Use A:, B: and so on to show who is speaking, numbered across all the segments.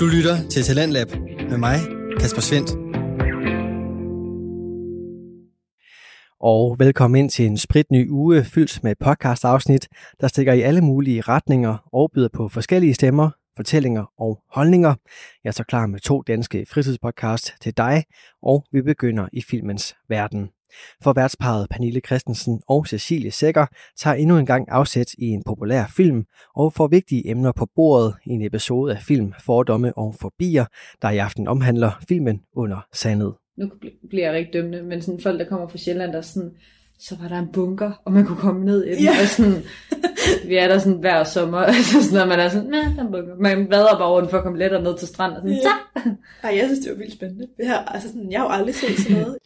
A: Du lytter til Talentlab med mig, Kasper Svendt. Og velkommen ind til en spritny uge fyldt med podcast-afsnit, der stikker i alle mulige retninger og byder på forskellige stemmer, fortællinger og holdninger. Jeg er så klar med to danske fritidspodcast til dig, og vi begynder i filmens verden. For værtsparet Pernille Christensen og Cecilie Sækker tager endnu en gang afsæt i en populær film og får vigtige emner på bordet i en episode af film Fordomme og Forbier, der i aften omhandler filmen Under Sandet.
B: nu bl- bliver jeg rigtig dømmende, men sådan folk, der kommer fra Sjælland, der er sådan, så var der en bunker, og man kunne komme ned i den,
C: Ja.
B: og sådan, vi er der sådan hver sommer, altså sådan, og man er sådan, nej, der er en bunker. Man vader bare rundt for at komme lettere ned til stranden, og sådan,
C: Ja.
B: ja.
C: Ej, jeg synes, det var vildt spændende. Det her, altså sådan, jeg har jo aldrig set sådan noget.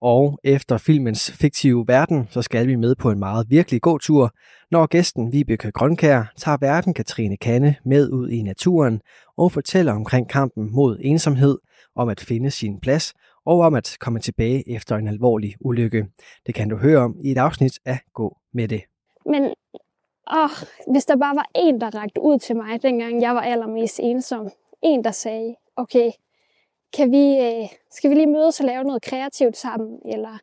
A: Og efter filmens fiktive verden, så skal vi med på en meget virkelig god tur, når gæsten Vibeke Grønkær tager verden Katrine Kanne med ud i naturen og fortæller omkring kampen mod ensomhed, om at finde sin plads og om at komme tilbage efter en alvorlig ulykke. Det kan du høre om i et afsnit af Gå med det.
D: Men åh, hvis der bare var en, der rakte ud til mig, dengang jeg var allermest ensom. En, der sagde, okay, kan vi, øh, skal vi lige mødes og lave noget kreativt sammen? Eller,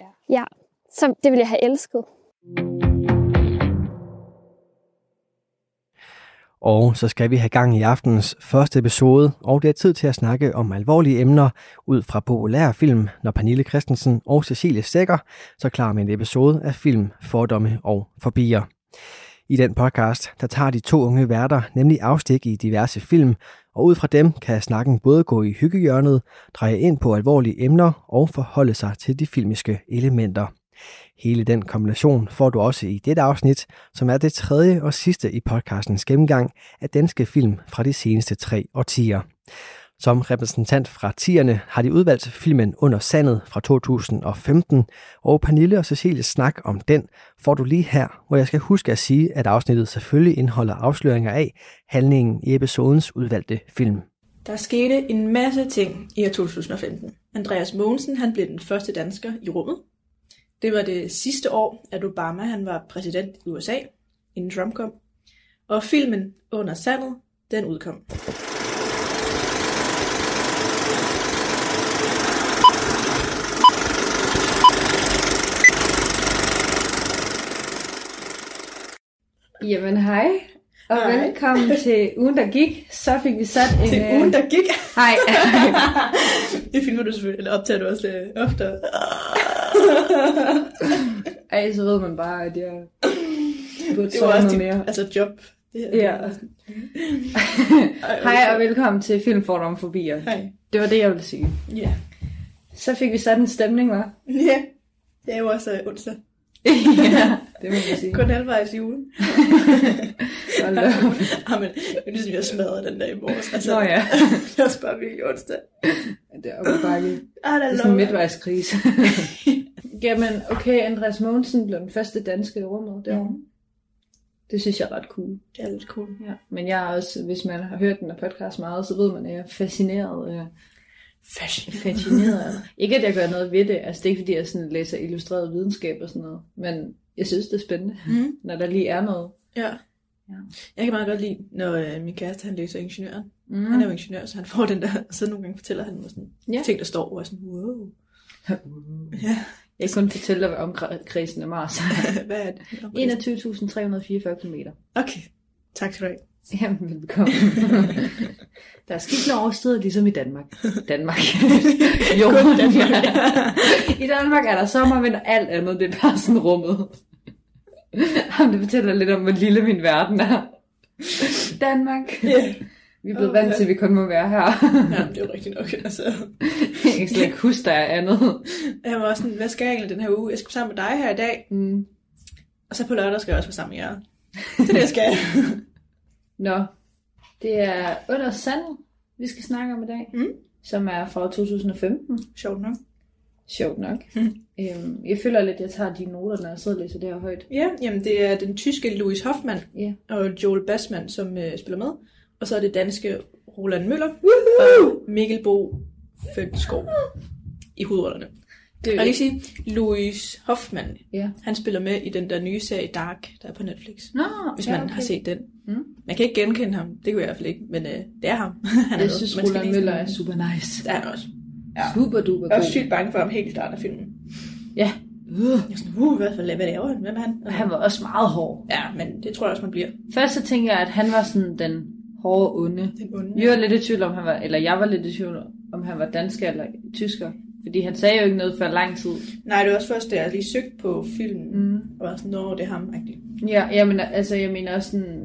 D: ja. ja. Så det ville jeg have elsket.
A: Og så skal vi have gang i aftenens første episode, og det er tid til at snakke om alvorlige emner ud fra populære film, når Pernille Christensen og Cecilie Sækker så klar med en episode af film Fordomme og Forbier. I den podcast, der tager de to unge værter nemlig afstik i diverse film, og ud fra dem kan snakken både gå i hyggehjørnet, dreje ind på alvorlige emner og forholde sig til de filmiske elementer. Hele den kombination får du også i dette afsnit, som er det tredje og sidste i podcastens gennemgang af danske film fra de seneste tre årtier. Som repræsentant fra tierne har de udvalgt filmen Under Sandet fra 2015, og Pernille og Cecilies snak om den får du lige her, hvor jeg skal huske at sige, at afsnittet selvfølgelig indeholder afsløringer af handlingen i episodens udvalgte film.
C: Der skete en masse ting i år 2015. Andreas Mogensen, han blev den første dansker i rummet. Det var det sidste år, at Obama han var præsident i USA, inden Trump kom. Og filmen Under Sandet, den udkom.
B: Jamen, hej, og
C: Hej.
B: velkommen til ugen, der gik. Så fik vi sat en... øh,
C: Det er ugen, der gik.
B: Hej,
C: det filmer du selvfølgelig, eller optager du også øh, oftere.
B: Ej, så ved man bare, at jeg burde
C: Det
B: sove
C: var også
B: noget
C: dit
B: mere.
C: altså job. Det her.
B: Ja.
C: Ej, hvor
B: Hej, og
C: sjovt.
B: velkommen til Film Fordomme Forbier.
C: Hej.
B: Det var det, jeg ville sige.
C: Ja.
B: Så fik vi sat en stemning, var?
C: Ja. Det er jo også øh, onsdag.
B: ja, det må vi sige.
C: Kun halvvejs i ugen.
B: Hold da op.
C: Jamen, det er ligesom, jeg smadrede den der i morges. Altså,
B: Nå ja.
C: det er også bare virkelig onsdag.
B: Det er oppe ad bakke.
C: Ah, der
B: Det er sådan en midtvejskrise. Jamen, okay, Andreas Mogensen blev den første danske i rummet
C: Ja.
B: derovre. Det synes jeg er ret cool.
C: Det er lidt cool.
B: Ja. Men jeg er også, hvis man har hørt den her podcast meget, så ved man, at jeg er fascineret. Øh,
C: Fashion.
B: fascineret. af det. ikke, at jeg gør noget ved det. Altså, det er ikke, fordi jeg sådan læser illustreret videnskab og sådan noget. Men jeg synes, det er spændende,
C: Mm.
B: når der lige er noget.
C: Ja.
B: Ja.
C: Jeg kan meget godt lide, når øh, min kæreste, han læser ingeniøren. Mm. Han er jo
B: Mm.
C: ingeniør, så han får den der, så nogle gange fortæller han mig sådan
B: Ja.
C: ja. ting, der står, hvor jeg er sådan, wow. Ja.
B: Jeg kan kun fortælle dig, hvad omkredsen af Mars er.
C: Hvad er det? Nå, præcis.
B: 21.344 km.
C: Okay. Tak skal du have.
B: Jamen, velbekomme. der er skidt oversteder, ligesom i Danmark. Danmark. jo,
C: Kun Danmark.
B: I Danmark er der sommer, men alt andet, det er bare sådan rummet. Jamen, det fortæller lidt om, hvor lille min verden er. Danmark.
C: Yeah.
B: Vi er blevet
C: Åh,
B: vant
C: ja.
B: til, at vi kun må være her.
C: Ja, det er jo rigtigt nok. Altså.
B: jeg kan slet ikke huske, der er andet.
C: Jeg var også sådan, hvad skal jeg egentlig den her uge? Jeg skal sammen med dig her i dag,
B: Mm.
C: og så på lørdag skal jeg også være sammen med jer. Det er det, jeg skal.
B: Nå, det er Under Sandet, vi skal snakke om i dag,
C: Mm.
B: som er fra 2015.
C: Sjovt nok.
B: Sjovt nok.
C: Mm.
B: øhm, jeg føler lidt, at jeg tager de noter, når jeg sidder og læser det her højt.
C: Ja, jamen det er den tyske Louis Hoffmann
B: Ja.
C: og Joel Bassmann, som øh, spiller med. Og så er det danske Roland Møller og Mikkel Bo Fønskov i hovedrollerne.
B: Det
C: Og jeg vil lige sige, Louis Hoffmann,
B: Ja.
C: han spiller med i den der nye serie Dark, der er på Netflix.
B: Nå,
C: Hvis
B: ja,
C: man har set den.
B: Mm.
C: Man kan ikke genkende ham, det kunne jeg i hvert fald ikke, men øh, det er ham. Han er
E: Jeg
C: med.
E: synes,
C: Man skal
E: Roland
C: lige-
E: Møller er super nice.
C: Det er han også. Ja.
E: Super duper
C: Jeg er også
E: god.
C: sygt bange for ham helt i starten af filmen.
E: Ja. Øh.
C: Jeg er sådan, uh, hvad, hvad laver han? Hvem er han?
B: Og han var også meget hård.
C: Ja, men det tror jeg også, man bliver.
B: Først så tænkte jeg, at han var sådan den hårde onde.
C: Den onde.
B: Vi var lidt i tvivl om, han var, eller jeg var lidt i tvivl om, han var dansker eller tysker. Fordi han sagde jo ikke noget før lang tid.
C: Nej, det var også først, da jeg lige søgte på filmen, mm.
B: Mm.
C: og var sådan, nå, det er ham, egentlig.
B: Ja, jeg mener, altså, jeg mener også sådan,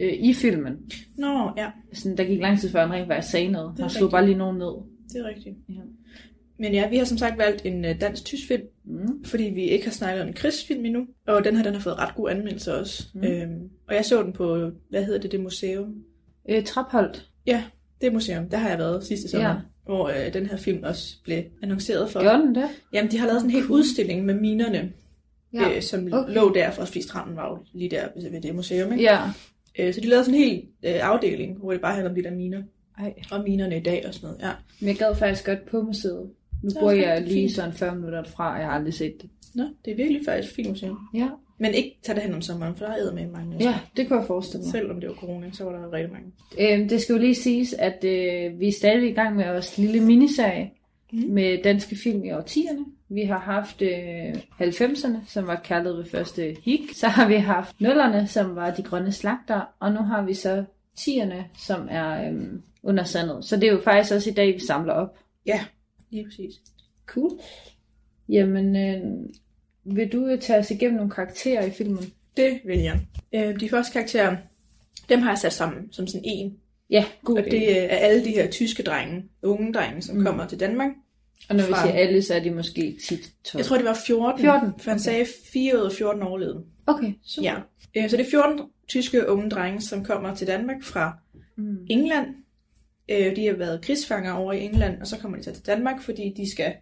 B: øh, i filmen.
C: Nå, ja,
B: Sådan, der gik lang tid før, han rent faktisk sagde noget.
C: er
B: Han slog
C: rigtigt.
B: bare lige nogen ned.
C: det er rigtigt.
B: Ja.
C: Men ja, vi har som sagt valgt en øh, dansk-tysk film,
B: Mm.
C: fordi vi ikke har snakket om en krigsfilm endnu, og den her, den har fået ret gode anmeldelser også.
B: Mm.
C: Mm. Øhm, og jeg så den på, hvad hedder det, det museum?
B: Øh, Trapholdt.
C: Det museum, der har jeg været sidste sommer,
B: Ja.
C: ja. hvor øh, den her film også blev annonceret for.
B: Gjorde den det?
C: Jamen, de har lavet sådan en hel udstilling med minerne, ja. øh, som
E: Okay.
C: okay. lå der, for fordi stranden var jo lige der ved det museum, ikke?
B: Ja.
C: Øh, så de lavede sådan en hel øh, afdeling, hvor det bare handler om de der miner,
B: Ej.
C: og minerne i dag og sådan noget, ja.
B: Men jeg gad faktisk godt på museet. Nu
C: Så
B: bor
C: er det
B: jeg
C: rigtig
B: lige
C: fint.
B: sådan 40 minutter fra, og jeg har aldrig set det.
C: Nå, det er virkelig faktisk et fint museum.
B: Ja,
C: Men ikke tage det hen om sommeren, for der er med mange mennesker.
B: ja det kunne jeg forestille mig.
C: Selvom det var corona, så var der rigtig mange.
B: Øhm, det skal jo lige siges, at øh, vi er stadig i gang med vores lille miniserie mm.
C: Mhm.
B: med danske film i årtierne. Vi har haft øh, 90'erne, som var Kærlighed ved første hik. Så har vi haft 0'erne, som var De Grønne Slagter. Og nu har vi så 10'erne, som er øh, under sandet. Så det er jo faktisk også i dag, vi samler op.
C: Lige præcis.
B: Cool. Jamen, øh, vil du øh, tage os igennem nogle karakterer i filmen?
C: Det vil jeg. Øh, de første karakterer, dem har jeg sat sammen som sådan en.
B: Ja, god
C: Og
B: idé.
C: det øh, er alle de her tyske drenge, unge drenge, som
B: Mm.
C: mm. kommer til Danmark.
B: Og når vi
C: fra-
B: siger alle, så er de måske tit 12.
C: Jeg tror, det var 14.
B: 14,
C: For han
B: okay.
C: sagde 4 ud af 14 overlevede.
B: Okay, super.
C: Ja. Øh, så det er 14 tyske unge drenge, som kommer til Danmark fra
B: Mm.
C: England. Øh, de har været krigsfanger over i England, og så kommer de så til Danmark, fordi de skal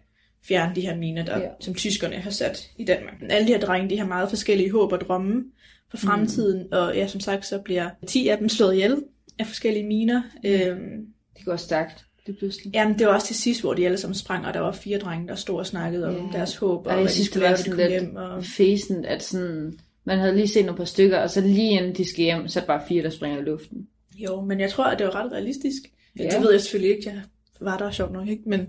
C: fjerne de her miner, der,
B: Ja.
C: ja. som tyskerne har sat i Danmark. Alle de her drenge, de har meget forskellige håb og drømme for fremtiden, mm. og ja, som sagt, så bliver 10 af dem slået ihjel af forskellige miner. Mm. Øhm,
B: Det går stærkt, lige pludselig.
C: jamen, det var også til sidst, hvor de alle sammen sprang, og der var fire drenge, der stod og snakkede om
B: Ja.
C: deres håb, og
B: Ej, jeg
C: hvad de
B: synes,
C: skulle
B: det var
C: lave, når de
B: sådan
C: kom
B: lidt-
C: hjem. Og...
B: Og Fæsent, at sådan, man havde lige set nogle par stykker, og så lige inden de skal hjem, så er der bare fire, der springer i luften.
C: Jo, men jeg tror, at det var ret realistisk.
B: Ja.
C: Ja. Det ved jeg selvfølgelig ikke, jeg var der sjovt nok, ikke? men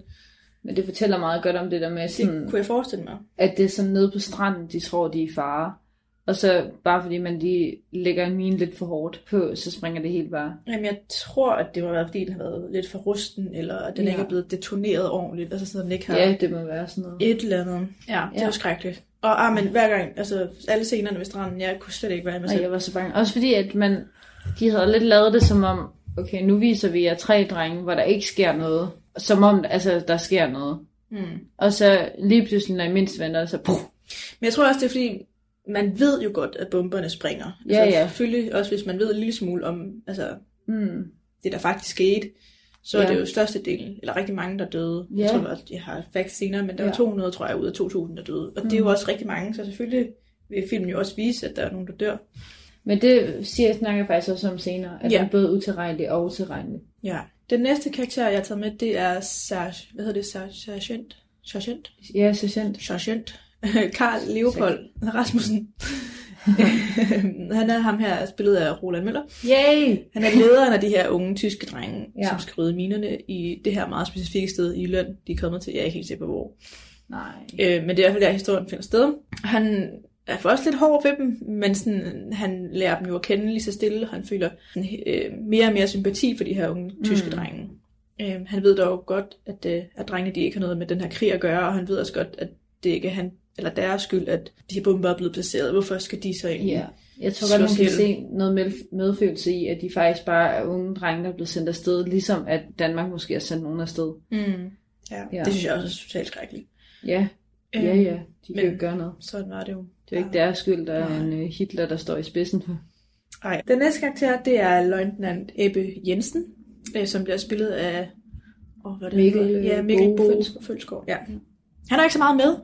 B: Men det fortæller meget godt om det der med,
C: det mm.
B: sådan,
C: kunne jeg forestille mig.
B: at det er sådan nede på stranden, de tror, de er i fare. Og så bare fordi man lige lægger en mine lidt for hårdt på, så springer det helt bare.
C: Jamen, jeg tror, at det må være, fordi den har været lidt for rusten, eller at den
B: Ja.
C: ja. ikke er blevet detoneret ordentligt, altså sådan, at den ikke har
B: Ja, det må være sådan noget.
C: et eller andet. Ja, det
B: Ja.
C: er jo skrækkeligt. Og ah, men hver gang, altså alle scenerne ved stranden, jeg kunne slet ikke være i mig
B: Og
C: selv.
B: jeg var så bange. Også fordi, at man, de havde lidt lavet det som om, okay, nu viser vi jer tre drenge, hvor der ikke sker noget. Som om, altså, der sker noget.
C: Mm.
B: Og så lige pludselig, når jeg mindst venter, så... Puh,
C: Men jeg tror også, det er fordi, man ved jo godt, at bomberne springer. Altså,
B: Ja, ja.
C: Selvfølgelig også, hvis man ved en lille smule om altså,
B: mm.
C: det, der faktisk skete, så ja.
B: Ja.
C: er det jo størstedelen, eller rigtig mange, der døde.
B: Ja.
C: Jeg tror at jeg har faktisk senere, men der
B: Ja.
C: var 200, tror jeg, ud af 2.000, der døde. Og mm. det er jo også rigtig mange, så selvfølgelig vil filmen jo også vise, at der er nogen, der dør.
B: Men det siger, snakker jeg faktisk også om senere, at
C: Ja.
B: ja. er både utilregnelig og utilregnelig.
C: Ja. Den næste karakter, jeg har taget med, det er Serge, hvad hedder det, Serge, Sergeant? Sergeant?
B: Ja, sergeant.
C: Sergeant. Karl Leopold Rasmussen. han er ham her, spillet af Roland Møller.
B: Yay!
C: Han er lederen af de her unge tyske drenge,
B: Ja.
C: ja. som skal rydde minerne i det her meget specifikke sted i løn, de er kommet til. Jeg er ikke helt sikker på, hvor.
B: Nej.
C: Øh, men det er i hvert fald der, historien finder sted. Han er for også lidt hård ved dem, men sådan, han lærer dem jo at kende lige så stille. Han føler sådan, øh, mere og mere sympati for de her unge tyske
B: Mm.
C: mm. drenge. Øh, han ved dog godt, at, øh, at drengene de ikke har noget med den her krig at gøre, og han ved også godt, at det ikke er han, eller deres skyld, at de her bomber er blevet placeret. Hvorfor skal de Øh, så egentlig?
B: Ja. Jeg tror
C: Slås
B: godt, man kan
C: ihjel.
B: se noget med- medfølelse i, at de faktisk bare er unge drenge, der er blevet sendt afsted, ligesom at Danmark måske har sendt nogen afsted.
C: Mm. Ja.
B: Ja.
C: ja. Det synes jeg også er totalt skrækkeligt.
B: Ja, ja,
C: Øhm,
B: ja. De kan jo
C: men-
B: ikke gøre noget.
C: Sådan var det jo.
B: Det er jo ikke deres skyld, der er
C: Nej.
B: en øh, Hitler, der står i spidsen for.
C: Nej. Den næste karakter, det er løjtnant Ebbe Jensen, øh, som bliver spillet af oh, hvad er det,
B: Mikkel,
C: han hedder? ja,
B: øh,
C: Mikkel
B: Bo.
C: Bo Følsgaard. Ja. Han er ikke så meget med.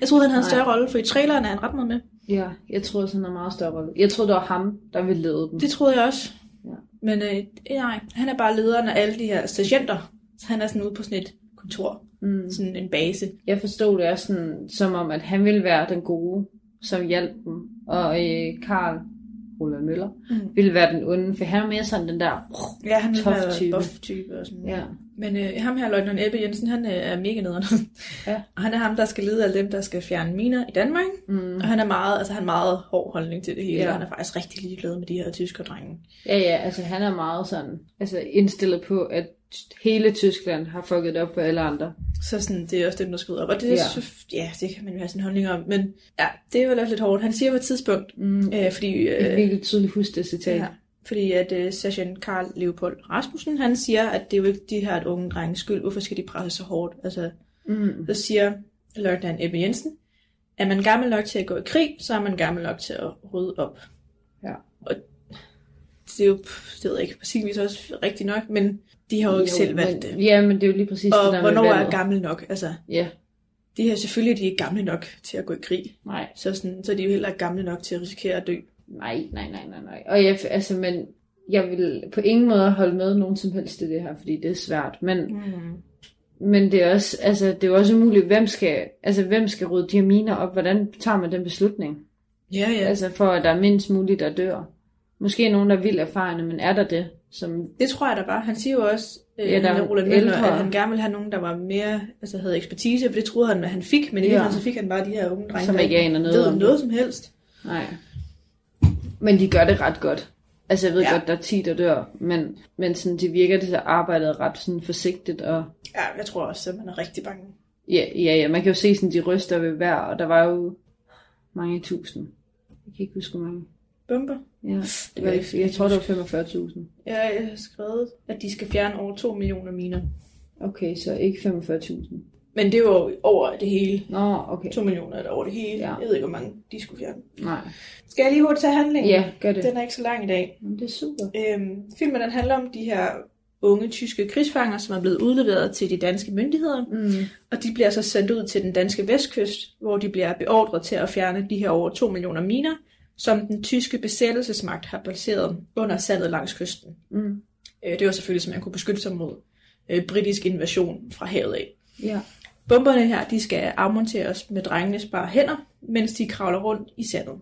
C: Jeg troede, han havde en
B: Nej.
C: større rolle, for i traileren er han ret meget med.
B: Ja, jeg tror også, han er meget større. rolle. Jeg tror, det var ham, der ville lede dem.
C: Det troede jeg også.
B: Ja.
C: Men øh, nej, han er bare lederen af alle de her sergeanter. Så han er sådan ude på sådan et kontor,
B: Mm.
C: sådan en base.
B: Jeg forstod det også sådan, som om, at han ville være den gode, som hjalp dem. Og øh, Karl, Roland Møller,
C: Mm.
B: ville være den onde, for han er mere sådan den der...
C: Ja, han
B: Tough
C: er en
B: type.
C: buff-type og sådan.
B: Ja.
C: Men øh, ham her, Løgnen Ebbe Jensen, han øh, er mega nederen.
B: Ja.
C: Og han er ham, der skal lede alle dem, der skal fjerne miner i Danmark.
B: Mm.
C: Og han er meget, altså han har meget hård holdning til det hele,
B: Ja.
C: ja. og han er faktisk rigtig ligeglad med de her tyskerdrenge.
B: Ja, ja, altså han er meget sådan, altså indstillet på, at hele Tyskland har fucket op for alle andre.
C: Så sådan, det er også dem, der skal ud op. Og det,
B: Ja.
C: ja. ja, det kan man jo have sin holdning om. Men ja, det er jo også lidt hårdt. Han siger på et tidspunkt,
B: Mm.
C: øh, fordi,
B: Jeg kan
C: øh,
B: virkelig tydeligt huske det citat.
C: ja, fordi at øh, sergeant Karl Leopold Rasmussen, han siger, at det er jo ikke de her unge drenges skyld. Hvorfor skal de presse så hårdt? Altså,
B: Mm.
C: så siger løgnan Ebbe Jensen, er man gammel nok til at gå i krig, så er man gammel nok til at rydde op.
B: Ja.
C: Og det er jo, det ved jeg ikke, på sin vis også rigtigt nok, men de har jo ikke jo, selv valgt det.
B: men, Ja, men det er jo lige præcis det
C: Og
B: der
C: hvornår
B: med
C: er
B: valget.
C: gammel nok? Altså,
B: Ja,
C: de her selvfølgelig er de ikke gamle nok til at gå i krig.
B: nej.
C: Så, sådan, så er de jo heller ikke gamle nok til at risikere at dø.
B: Nej, nej, nej, nej, nej. Og jeg, altså, men jeg vil på ingen måde holde med nogen som helst i det her, fordi det er svært. Men,
C: Mm.
B: men det er også, altså, det er jo også umuligt, hvem skal, altså, hvem skal rydde de her miner op? Hvordan tager man den beslutning?
C: Ja,
B: Ja.
C: ja.
B: Altså, for at der er mindst muligt, der dør. Måske nogen, der er vildt erfarne, men er der det? Som,
C: Det tror jeg da bare. Han siger jo også, øh,
B: Ja,
C: ja,
B: der er
C: der Roland
B: ældre.
C: Møller, at han gerne ville have nogen, der var mere, altså havde ekspertise, for det troede han, at han fik, men i
B: Ja.
C: ja. så fik han bare de her unge drenge,
B: som
C: der
B: ikke aner noget
C: ved
B: om.
C: noget som helst.
B: Nej. Men de gør det ret godt. Altså, jeg ved ja.
C: Ja.
B: godt, der er 10, der dør, men, men sådan, det virker, det så arbejdet ret sådan forsigtigt og
C: Ja, jeg tror også, at man er rigtig bange.
B: Ja, ja, ja, man kan jo se sådan, de ryster ved hver, og der var jo mange tusind. Jeg kan ikke huske, hvor mange.
C: Bomber.
B: Ja, det var,
C: ikke-
B: jeg tror, det var 45.000.
C: Ja, jeg har skrevet, at de skal fjerne over 2 millioner miner.
B: Okay, så ikke 45.000.
C: Men det er jo over det hele.
B: Nå, okay.
C: 2 millioner er der over det hele.
B: Ja.
C: Ja. Jeg ved ikke, hvor mange de skulle fjerne.
B: Nej.
C: Skal jeg lige hurtigt tage handlingen?
B: Ja, gør det.
C: Den er ikke så lang i dag.
B: Jamen, det er super.
C: Øhm, filmen den handler om de her unge tyske krigsfanger, som er blevet udleveret til de danske myndigheder.
B: Mm.
C: Og de bliver så sendt ud til den danske vestkyst, hvor de bliver beordret til at fjerne de her over 2 millioner miner, som den tyske besættelsesmagt har placeret under sandet langs kysten.
B: Mm.
C: Øh, det var selvfølgelig, så man kunne beskytte sig mod øh, britisk invasion fra havet af.
B: Ja.
C: Bomberne her, de skal afmonteres med drengenes bare hænder, mens de kravler rundt i sandet.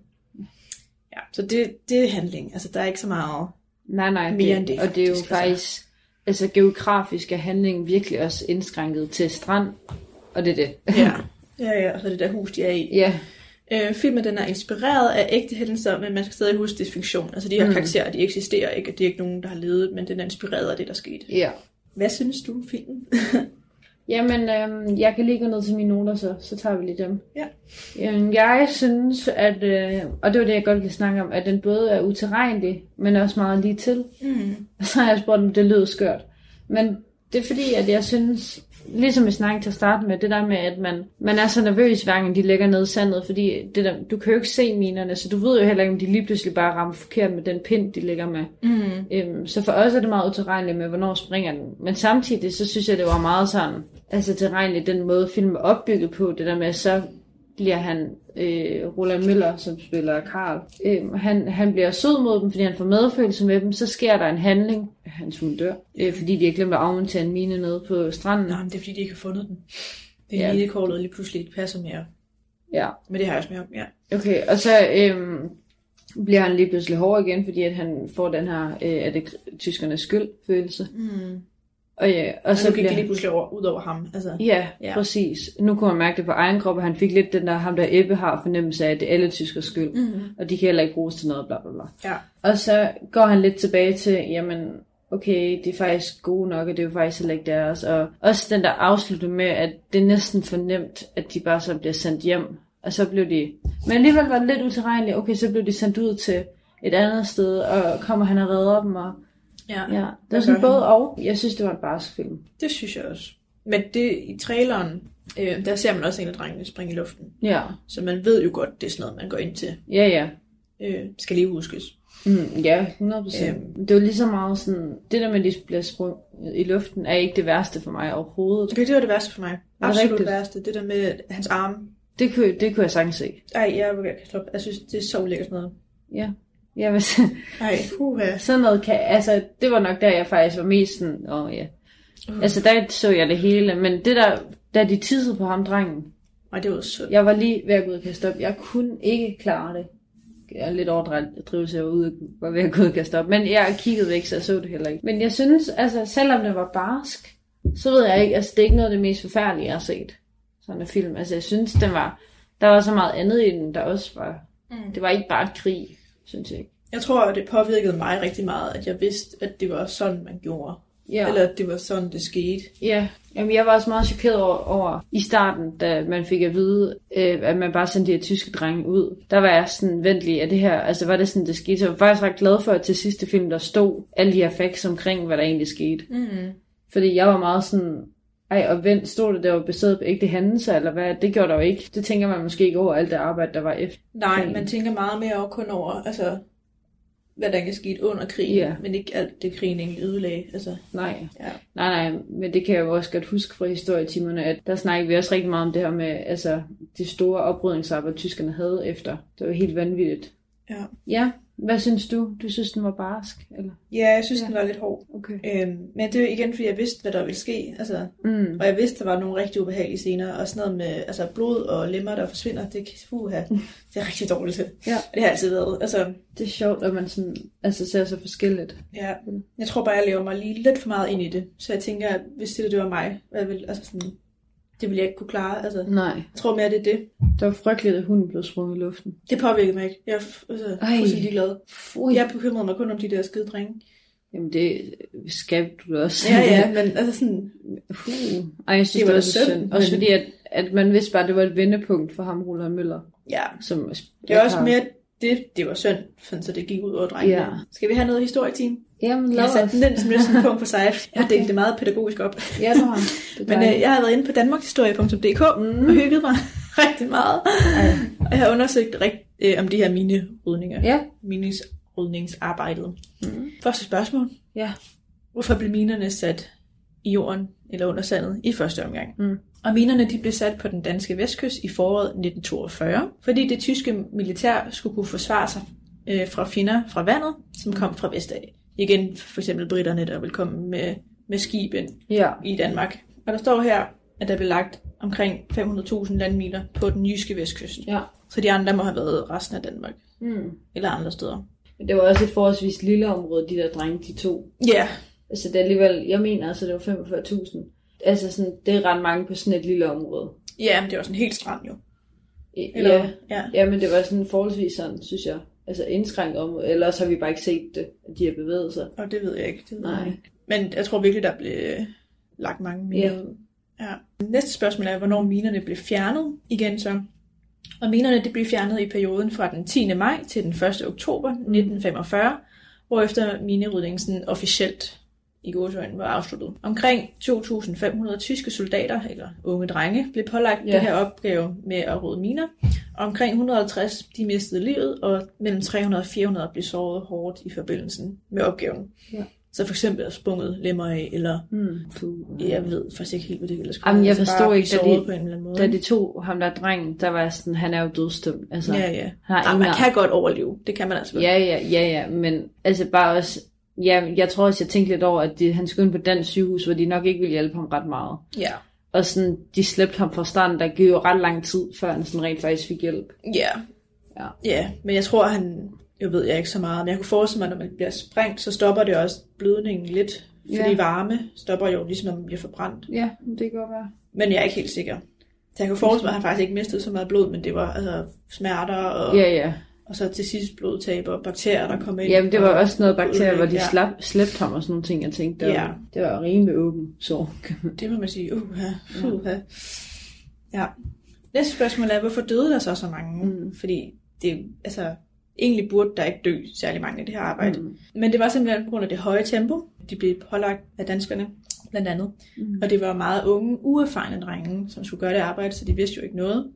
C: Ja, så det, det er handling. Altså, der er ikke så meget...
B: Nej, nej.
C: Mere end det,
B: og det er jo
C: faktisk, altså.
B: faktisk... Altså, geografisk er handlingen virkelig også indskrænket til strand, og det er det.
C: Ja, ja, ja. Og så det der hus, de er i.
B: ja,
C: Øh, filmen den er inspireret af ægte hændelser, men man skal stadig huske dysfunktion. Altså de her
B: Mm.
C: mm. karakterer, de eksisterer ikke, og det er ikke nogen, der har levet, men den er inspireret af det, der skete.
B: ja.
C: Hvad synes du om filmen?
B: Jamen, øhm, jeg kan lige gå ned til mine noter, så, så tager vi lige dem.
C: Ja.
B: Øhm, jeg synes, at, øh, og det var det, jeg godt ville snakke om, at den både er uterrenelig, men også meget lige til.
C: Mm.
B: Og så har jeg spurgt, om det lød skørt. Men det er fordi, at jeg synes, ligesom vi snakkede til at starte med, det der med, at man, man er så nervøs, hver gang de ligger nede i sandet, fordi det der, du kan jo ikke se minerne, så du ved jo heller ikke, om de lige pludselig bare rammer forkert med den pind, de ligger med.
C: Mm.
B: Øhm, så for os er det meget utilregneligt med, hvornår springer den. Men samtidig, så synes jeg, det var meget sådan, altså tilregneligt den måde, filmen er opbygget på, det der med, så bliver han, øh, Roland Møller, som spiller Karl, øh, han, han bliver sød mod dem, fordi han får medfølelse med dem, så sker der en handling, hans hund dør, øh, fordi de har glemt at afmontere en mine nede på stranden.
C: Nå, men det er fordi, de ikke har fundet den. Det
B: Ja.
C: er lige kortet lige pludselig ikke passer mere.
B: Ja.
C: Men det har jeg også med om, ja.
B: Okay, og så øhm, bliver han lige pludselig hård igen, fordi at han får den her, øh, er det tyskernes skyld følelse.
C: Mm.
B: Og, ja, og
C: Og så
B: så
C: nu gik
B: bliver
C: det
B: han-
C: lige pludselig over, ud over ham. Altså,
B: Ja, ja,
C: Ja.
B: præcis. Nu kunne man mærke det på egen krop, og han fik lidt den der, ham der Ebbe har fornemmelse af, at det er alle tyskers skyld, mm.
C: mm.
B: og de kan heller ikke bruges til noget, bla bla bla.
C: Ja.
B: Og så går han lidt tilbage til, jamen, okay, de er faktisk gode nok, og det er jo faktisk heller ikke deres. Og også den der afslutning med, at det er næsten for nemt, at de bare så bliver sendt hjem. Og så blev de... Men alligevel var det lidt utilregneligt. Okay, så blev de sendt ud til et andet sted, og kommer han og redder dem, og
C: Ja. ja.
B: ja, det var
C: Hvad
B: sådan
C: gør han?
B: både og. Jeg synes, det var en barsk film.
C: Det synes jeg også. Men det i traileren, øh, der ser man også en af drengene springe i luften.
B: Ja,
C: Så man ved jo godt, det er sådan noget, man går ind til.
B: ja, ja.
C: Øh, skal lige huskes.
B: Mm, ja, 100%. Øhm. Det var lige så meget sådan, det der med, at de bliver sprunget i luften, er ikke det værste for mig overhovedet.
C: Okay, det var det værste for mig.
B: det
C: Absolut
B: rigtigt?
C: rigtigt? værste. Det der med hans arme.
B: Det kunne, det kunne jeg sagtens se.
C: Ej, jeg vil ikke stoppe. Jeg synes, det er så lækkert noget.
B: Ja. Ja, men så-
C: Ej, puha.
B: sådan noget kan, altså, det var nok der, jeg faktisk var mest sådan, åh oh, ja.
C: Uh.
B: Altså, der så jeg det hele, men det der, da de tidsede på ham, drengen,
C: Ej, det var sundt.
B: jeg var lige ved at gå ud og kaste op, jeg kunne ikke klare det. Jeg er lidt overdrivelse herude, var ved at gå ud og kaste op. Men jeg kiggede væk, så jeg så det heller ikke. Men jeg synes, altså, selvom det var barsk, så ved jeg ikke, altså det er ikke noget af det mest forfærdelige, jeg har set. Sådan en film. Altså jeg synes, den var, der var så meget andet i den, der også var,
C: Mm.
B: det var ikke bare et krig, synes jeg.
C: Jeg tror, at det påvirkede mig rigtig meget, at jeg vidste, at det var sådan, man gjorde.
B: Ja.
C: Ja. Eller at det var sådan, det skete.
B: Ja, Jamen, jeg var også meget chokeret over, over i starten, da man fik at vide, øh, at man bare sendte de her tyske drenge ud. Der var jeg sådan, vent lige, er det her, altså var det sådan, det skete? Så jeg var faktisk ret glad for, at til sidste film, der stod alle de her facts omkring, hvad der egentlig skete.
C: Mm.
B: Fordi jeg var meget sådan, ej, og vent, stod det der var baseret på ægte hændelser, eller hvad? Det gjorde der jo ikke. Det tænker man måske ikke over alt det arbejde, der var efter.
C: Nej,
B: krigen.
C: man tænker meget mere over kun over, altså, hvad der kan skete under krigen,
B: Ja.
C: men ikke alt det krigen egentlig ødelagde. Altså,
B: Nej.
C: Ja.
B: Nej, nej, men det kan jeg jo også godt huske fra historietimerne, at der snakkede vi også rigtig meget om det her med altså, det store oprydningsarbejde, tyskerne havde efter. Det var helt vanvittigt.
C: Ja.
B: Ja, hvad synes du? Du synes, den var barsk? Eller?
C: ja, jeg synes,
B: Ja.
C: ja. den var lidt hård.
B: Okay.
C: Øhm, men det er jo igen, fordi jeg vidste, hvad der ville ske. Altså,
B: Mm.
C: og jeg vidste, der var nogle rigtig ubehagelige scener, og sådan noget med altså, blod og lemmer, der forsvinder. Det, kan- puha, det er rigtig dårligt til.
B: Ja.
C: Og det har altid været. Altså,
B: Det er sjovt, at man sådan, altså, ser så forskelligt.
C: ja. Jeg tror bare, jeg lever mig lige lidt for meget ind i det. Så jeg tænker, at hvis det, det var mig, hvad ville, altså sådan, det ville jeg ikke kunne klare. Altså,
B: Nej,
C: jeg tror mere, det er det.
B: det var frygteligt, at hunden blev sprunget i luften.
C: Det påvirkede mig ikke. Jeg er f- altså, fuldstændig ligeglad.
B: Fui.
C: Jeg bekymrede mig kun om de der skide drenge.
B: Jamen, det skabte du da også.
C: Ja, ja, men altså sådan,
B: Uh. Ej, jeg synes,
C: Det
B: det
C: var
B: var,
C: da
B: så
C: synd,
B: synd. Også
C: men-
B: fordi, at, at man vidste bare, at det var et vendepunkt for ham, Roland Møller.
C: ja.
B: Som
C: Det var også mere det, det var synd, sådan, så det gik ud over drengene.
B: Ja.
C: Skal vi have noget historieteam?
B: Jamen,
C: Jeg
B: lad
C: har sat
B: os.
C: den lidt som lidt sådan en punkt for sig. Jeg har delt det meget pædagogisk op.
B: Ja, det var han. Det
C: Men øh, jeg har været inde på danmarkshistorie.dk
B: Mm.
C: og hygget mig rigtig meget.
B: Ej.
C: Og jeg har undersøgt rigt, øh, om de her minerydninger.
B: øh, Ja.
C: Miningsrydningsarbejdet.
B: Mm.
C: Første spørgsmål.
B: Ja.
C: Hvorfor blev minerne sat i jorden eller under sandet i første omgang?
B: Mm.
C: Og minerne de blev sat på den danske vestkyst i foråret 1942, fordi det tyske militær skulle kunne forsvare sig øh, fra finder fra vandet, som kom fra vestaf. Igen for eksempel britterne, der ville komme med, med skiben
B: Ja.
C: i Danmark. Og der står her, at der blev lagt omkring 500.000 landmiler på den jyske vestkyst.
B: Ja.
C: Så de andre må have været resten af Danmark
B: Mm.
C: eller andre steder.
B: Men det var også et forholdsvis lille område, de der drenge, de to.
C: Ja, yeah.
B: Altså det er alligevel, jeg mener altså, det var 45.000. Altså sådan, det er ret mange på sådan et lille område.
C: ja, men det var sådan helt strand jo.
B: I-
C: Eller,
B: Ja,
C: ja.
B: ja, men det var sådan forholdsvis sådan, synes jeg. Altså indskrænket område, ellers har vi bare ikke set det, at de har bevæget sig.
C: Og det ved jeg ikke. Det ved
B: Nej.
C: Jeg. ikke. Men jeg tror virkelig, der blev lagt mange miner
B: Ja.
C: ud. Ja. Næste spørgsmål er, hvornår minerne blev fjernet igen så. Og minerne det blev fjernet i perioden fra den 10. maj til den 1. oktober 1945, hvorefter minerydningen sådan officielt i godsøjne var afsluttet. Omkring 2.500 tyske soldater, eller unge drenge, blev pålagt
B: Ja.
C: yeah. den her opgave med at rydde miner. Og omkring 150 de mistede livet, og mellem 300 og 400 blev såret hårdt i forbindelsen med opgaven.
B: Ja.
C: Så for eksempel er spunget lemmer af, eller
B: Mm.
C: jeg ved faktisk ikke helt, hvad det ellers
B: Jamen,
C: være.
B: jeg
C: Altså,
B: forstår
C: bare
B: ikke, da
C: såret
B: de-
C: på en eller anden måde.
B: Da de to, ham der drengen, der var jeg sådan, han er jo dødstømt. Altså,
C: Ja, ja.
B: han har
C: Nej,
B: ingen
C: man kan godt overleve. Det kan man altså godt.
B: Ja, ja, ja, ja, men altså bare også, ja, jeg tror også, jeg tænkte lidt over, at de, han skulle ind på dansk sygehus, hvor de nok ikke ville hjælpe ham ret meget.
C: Ja.
B: Og sådan, de slæbte ham fra starten, der gik jo ret lang tid, før han sådan rent faktisk fik hjælp.
C: Ja.
B: Ja.
C: Ja, men jeg tror, han... Jeg ved jeg ikke så meget, men jeg kunne forestille mig, at når man bliver sprængt, så stopper det også blødningen lidt. Fordi
B: Ja.
C: varme stopper jo, ligesom når man bliver forbrændt.
B: Ja, det kan godt være.
C: Men jeg er ikke helt sikker. Så jeg kunne forestille mig, at han faktisk ikke mistede så meget blod, men det var altså, smerter, og,
B: Ja, ja.
C: og så til sidst blodtab og bakterier, der kom ind.
B: Jamen, det var også noget bakterier, hvor de
C: Ja.
B: slap, slæbte ham og sådan nogle ting, jeg tænkte. Det var,
C: Ja.
B: det var rimelig åben sorg.
C: Det må man sige, uha, uha. Ja. Næste spørgsmål er, hvorfor døde der så så mange?
B: Mm.
C: Mm. Fordi det, altså, egentlig burde der ikke dø særlig mange af det her arbejde. Mm. Men det var simpelthen på grund af det høje tempo, de blev pålagt af danskerne, blandt andet.
B: Mm.
C: Mm. Og det var meget unge, uerfarne drenge, som skulle gøre det arbejde, så de vidste jo ikke noget.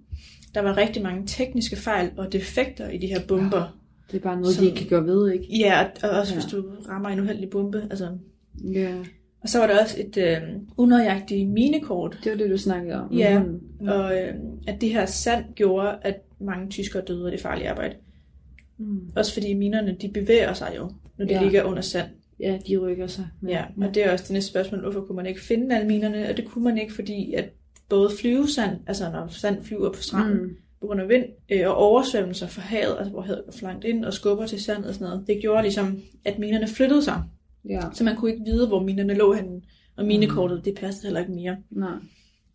C: Der var rigtig mange tekniske fejl og defekter i de her bomber.
B: Det er bare noget,
C: Så-
B: de ikke kan gøre ved, ikke?
C: Ja, og også
B: Ja.
C: hvis du rammer en uheldig bombe. Altså.
B: Ja.
C: Og så var der også et øh, unøjagtigt minekort,
B: Det var det, du snakkede om.
C: Ja.
B: Mm.
C: Og øh, at det her sand gjorde, at mange tyskere døde af det farlige arbejde.
B: Mm.
C: Også fordi minerne, de bevæger sig jo, når de
B: Ja.
C: ja. ligger under sand.
B: Ja, de rykker sig.
C: Ja. Og det er også det næste spørgsmål, hvorfor kunne man ikke finde alle minerne? Og det kunne man ikke, fordi at både flyvesand, altså når sand flyver på stranden, mm.
B: Mm.
C: på grund af vind øh, og oversvømmelser fra havet, altså hvor havet går for langt ind og skubber til sandet og sådan noget. Det gjorde ligesom, at minerne flyttede sig,
B: Ja.
C: så man kunne ikke vide, hvor minerne lå henne. Og minekortet, det passede heller ikke mere.
B: Nej.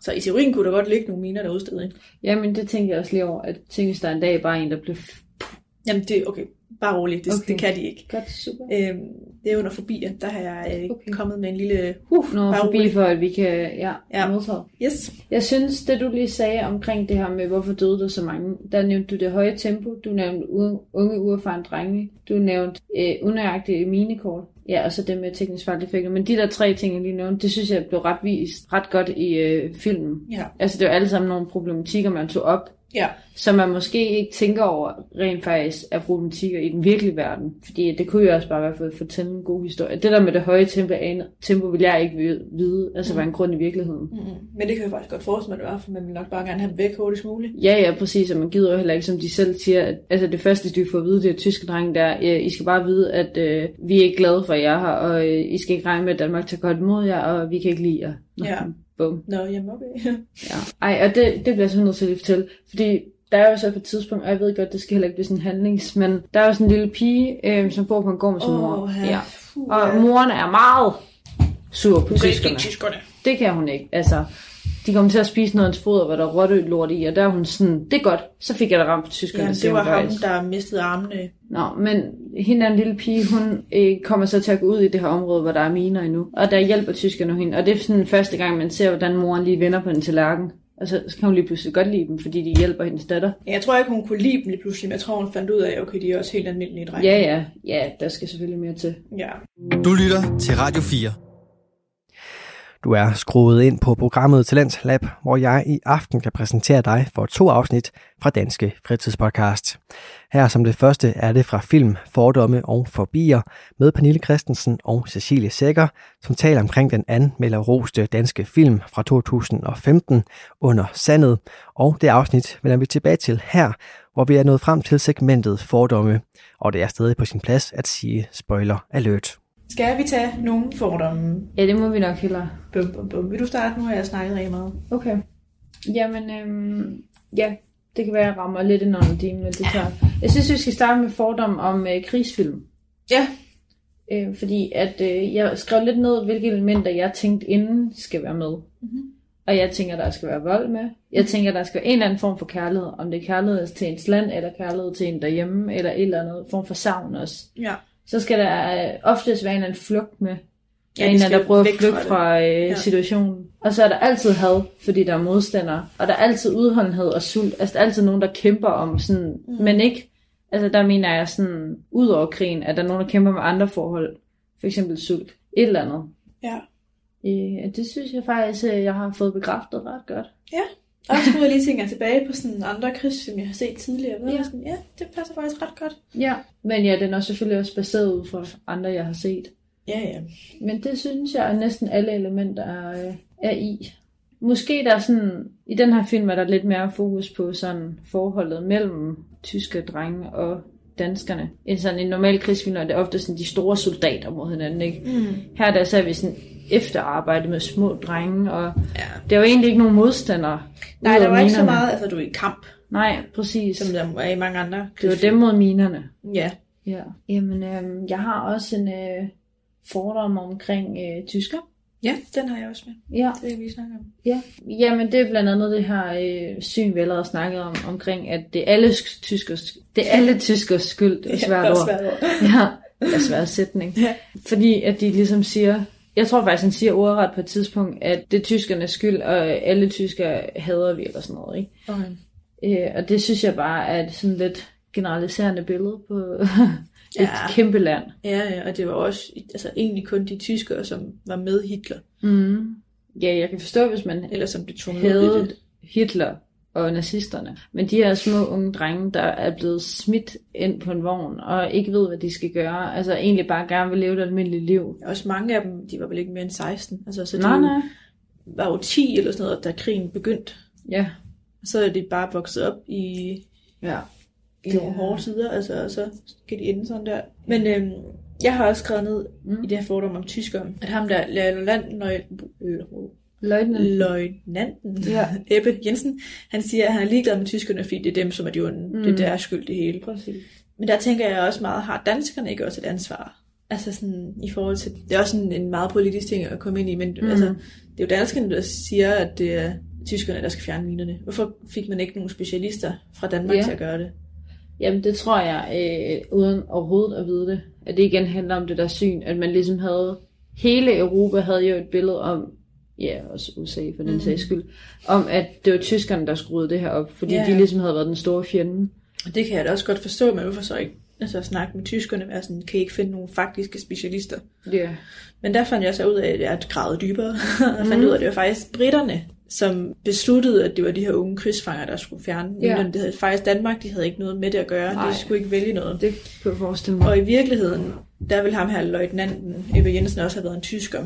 C: Så i teorien kunne der godt ligge nogle miner derude stadig.
B: Jamen, det tænkte jeg også lige over, at tænkes der en dag bare en, der blev... f-
C: Jamen det, okay, bare roligt, det, okay.
B: Okay.
C: det kan de ikke.
B: Godt, super.
C: Øhm, det er under fobier, der har jeg øh, okay.
B: Okay.
C: kommet med en lille...
B: Uh, Nå,
C: bare
B: forbi
C: roligt.
B: for, at vi kan... Ja,
C: Ja.
B: ja. modtage.
C: Yes.
B: Jeg synes, det du lige sagde omkring det her med, hvorfor døde der så mange, der nævnte du det høje tempo, du nævnte u- unge uerfarne drenge, du nævnte øh, unøjagtige minekort, ja, og så det med teknisk fejl effekter. Men de der tre ting, jeg lige nævnte, det synes jeg blev ret vist ret godt i øh, filmen.
C: Ja.
B: Altså, det er jo alle sammen nogle problematikker, man tog op,
C: Ja.
B: som man måske ikke tænker over rent faktisk er problematikker i den virkelige verden. Fordi det kunne jo også bare være for at fortælle en god historie. Det der med det høje tempo, aner- tempo vil jeg ikke vi- vide, altså
C: Mm.
B: var en grund i virkeligheden.
C: Mm-hmm. Men det kan jeg faktisk godt forestille mig, det var, for man vil nok bare gerne have dem væk hurtigst muligt.
B: Ja, ja, præcis, og man gider jo heller ikke, som de selv siger, at altså, det første, de får at vide, det er tyske drenge der, øh, I skal bare vide, at øh, vi er ikke glade for jer her, og øh, I skal ikke regne med, at Danmark tager godt imod jer, og vi kan ikke lide jer. Nå,
C: Ja.
B: Bum.
C: Nå, jamen okay.
B: Ja. Ej, og det, det bliver jeg simpelthen nødt til at lige fortælle, fordi der er jo så på et tidspunkt, og jeg ved godt, det skal heller ikke blive sådan en handlings, men der er jo sådan en lille pige, øh, som bor på en gård med sin mor.
C: Åh,
B: Ja. Og moren er meget sur på tyskerne.
C: tyskerne.
B: Det kan hun ikke. Altså, de kommer til at spise noget af hans foder, hvor der er rotte lort i, og der er hun sådan, det er godt, så fik jeg da ramt på tyskerne.
C: Ja, det
B: siger
C: var
B: hun
C: ham,
B: faktisk.
C: der mistede armene.
B: Nå, men hende er en lille pige, hun øh, kommer så til at gå ud i det her område, hvor der er miner endnu. Og der hjælper tyskerne hende, og det er sådan første gang, man ser, hvordan moren lige vender på en tallerken. Og så, så kan hun lige pludselig godt lide dem, fordi de hjælper hendes datter.
C: Ja, Jeg tror ikke, hun kunne lide dem lige pludselig, men jeg tror, hun fandt ud af, okay, de er også helt almindelige drenge.
B: Ja, ja, ja, der skal selvfølgelig mere til.
C: ja.
F: Du lytter til Radio 4.
A: Du er skruet ind på programmet Talents Lab, hvor jeg i aften kan præsentere dig for to afsnit fra Danske Fritidspodcast. Her som det første er det fra film Fordomme og Forbier med Pernille Christensen og Cecilie Sækker, som taler omkring den anmelderroste danske film fra 2015 under Sandet. Og det afsnit vender vi tilbage til her, hvor vi er nået frem til segmentet Fordomme. Og det er stadig på sin plads at sige spoiler alert.
C: Skal vi tage nogle fordomme?
B: Ja, det må vi nok hellere.
C: Bum, bum, bum. Vil du starte? Nu har jeg snakket rigtig meget.
B: Okay. Jamen, øhm, ja, det kan være, at jeg rammer lidt ind under din, men det tager. Jeg synes, vi skal starte med fordom om øh, krigsfilm.
C: Ja.
B: Øh, fordi at øh, jeg skrev lidt ned, hvilke elementer jeg tænkte inden skal være med.
C: Mhm.
B: Mm-hmm. Og jeg tænker, der skal være vold med. Jeg tænker, der skal være en eller anden form for kærlighed. Om det er kærlighed til ens land, eller kærlighed til en derhjemme, eller et eller andet form for savn også.
C: Ja.
B: Så skal der øh, oftest være en eller anden flugt med. Ja,
C: de
B: en,
C: skal
B: der prøver at
C: væk
B: flygte
C: det.
B: fra øh,
C: Ja.
B: ja. situationen. Og så er der altid had, fordi der er modstandere. Og der er altid udholdenhed og sult. Altså, der er altid nogen, der kæmper om sådan...
C: Mm.
B: Mm. Men ikke... Altså, der mener jeg sådan... Ud over krigen, at der er nogen, der kæmper med andre forhold. For eksempel sult. Et eller andet.
C: Ja.
B: Øh, det synes jeg faktisk, øh, jeg har fået bekræftet ret godt.
C: Og så skulle jeg lige tænke tilbage på sådan andre krigs, som jeg har set tidligere. Ja.
B: Ja.
C: Sådan, ja, det passer faktisk ret godt.
B: Ja. Men ja, den er selvfølgelig også baseret ud fra andre, jeg har set.
C: Ja, ja.
B: Men det synes jeg, at næsten alle elementer er, øh, er i. Måske der er sådan, i den her film er der lidt mere fokus på sådan forholdet mellem tyske drenge og danskerne. End sådan en normal krigsfilm, når det er ofte sådan de store soldater mod hinanden, ikke?
C: Mm.
B: Her der ser vi sådan efterarbejde med små drenge, og
C: ja.
B: der er jo egentlig ikke nogen modstandere.
C: Nej, der
B: udover
C: var ikke så
B: minerne.
C: meget, altså du er i kamp,
B: Nej, præcis.
C: som der var i mange andre
B: Det var dem mod minerne.
C: Ja.
B: Ja. Jamen, øh, jeg har også en øh, fordom omkring øh, tysker.
C: Ja, den har jeg også med.
B: Ja,
C: Det kan vi snakke om.
B: Ja, jamen det er blandt andet det her øh, syn, vi allerede snakkede om, omkring, at det er alle sk- tyskers, det er alle tyskers skyld, det er svært ord.
C: svært ord.
B: Ja, det er svært sætning.
C: Ja.
B: Fordi at de ligesom siger, jeg tror faktisk, han siger ordret på et tidspunkt, at det er tyskernes skyld, og alle tyskere hader vi, eller sådan noget, ikke?
C: Okay.
B: Øh, og det synes jeg bare er et sådan lidt generaliserende billede på et
C: Ja.
B: kæmpe land.
C: Ja, ja, og det var også altså, egentlig kun de tyskere, som var med Hitler,
B: Mm. Ja, jeg kan forstå, hvis man
C: eller som blev tvunget ud i det.
B: hadet Hitler og nazisterne. Men de her små unge drenge, der er blevet smidt ind på en vogn, og ikke ved, hvad de skal gøre, altså egentlig bare gerne vil leve et almindeligt liv.
C: Også mange af dem, de var vel ikke mere end 16, altså, så de
B: Nej, nej.
C: var jo 10 eller sådan noget, da krigen begyndte.
B: Ja.
C: Så er de bare vokset op i,
B: ja.
C: i nogle hårde tider, altså, og så skal de ende sådan der. Men øhm, jeg har også skrevet ned
B: Mm.
C: i det her fordom om tyskere, at ham der Lalo Land, når jeg, øh,
B: Løgnende.
C: løjtnanten
B: Ja.
C: Ebbe Jensen, han siger, at han er ligeglad med tyskerne, fordi det er dem, som er jorden. Mm. Det er deres skyld, det hele.
B: Præcis.
C: Men der tænker jeg også meget, har danskerne ikke også et ansvar? Altså sådan i forhold til, det er også sådan en meget politisk ting at komme ind i, men mm. altså, det er jo danskerne, der siger, at det er tyskerne, der skal fjerne minerne. Hvorfor fik man ikke nogen specialister fra Danmark
B: Ja.
C: yeah. til at gøre det?
B: Jamen det tror jeg, øh, uden overhovedet at vide det, at det igen handler om det der syn, at man ligesom havde, hele Europa havde jo et billede om, ja også USA for den mm. sags skyld, om at det var tyskerne, der skruede det her op, fordi
C: Ja.
B: yeah. de ligesom havde været den store fjende.
C: Og det kan jeg da også godt forstå, men hvorfor så ikke altså, snakke med tyskerne, være sådan, kan I ikke finde nogle faktiske specialister?
B: Ja.
C: Men der fandt jeg så ud af, at jeg havde gravet dybere, og fandt ud af, at det var faktisk britterne, som besluttede, at det var de her unge krigsfanger, der skulle fjerne
B: Ja.
C: minerne. Det havde faktisk Danmark, de havde ikke noget med det at gøre,
B: Nej.
C: de skulle ikke vælge noget.
B: Det kunne jeg forestille mig.
C: Og i virkeligheden, der ville ham her løjtnanten Ebbe Jensen også have været en tysker,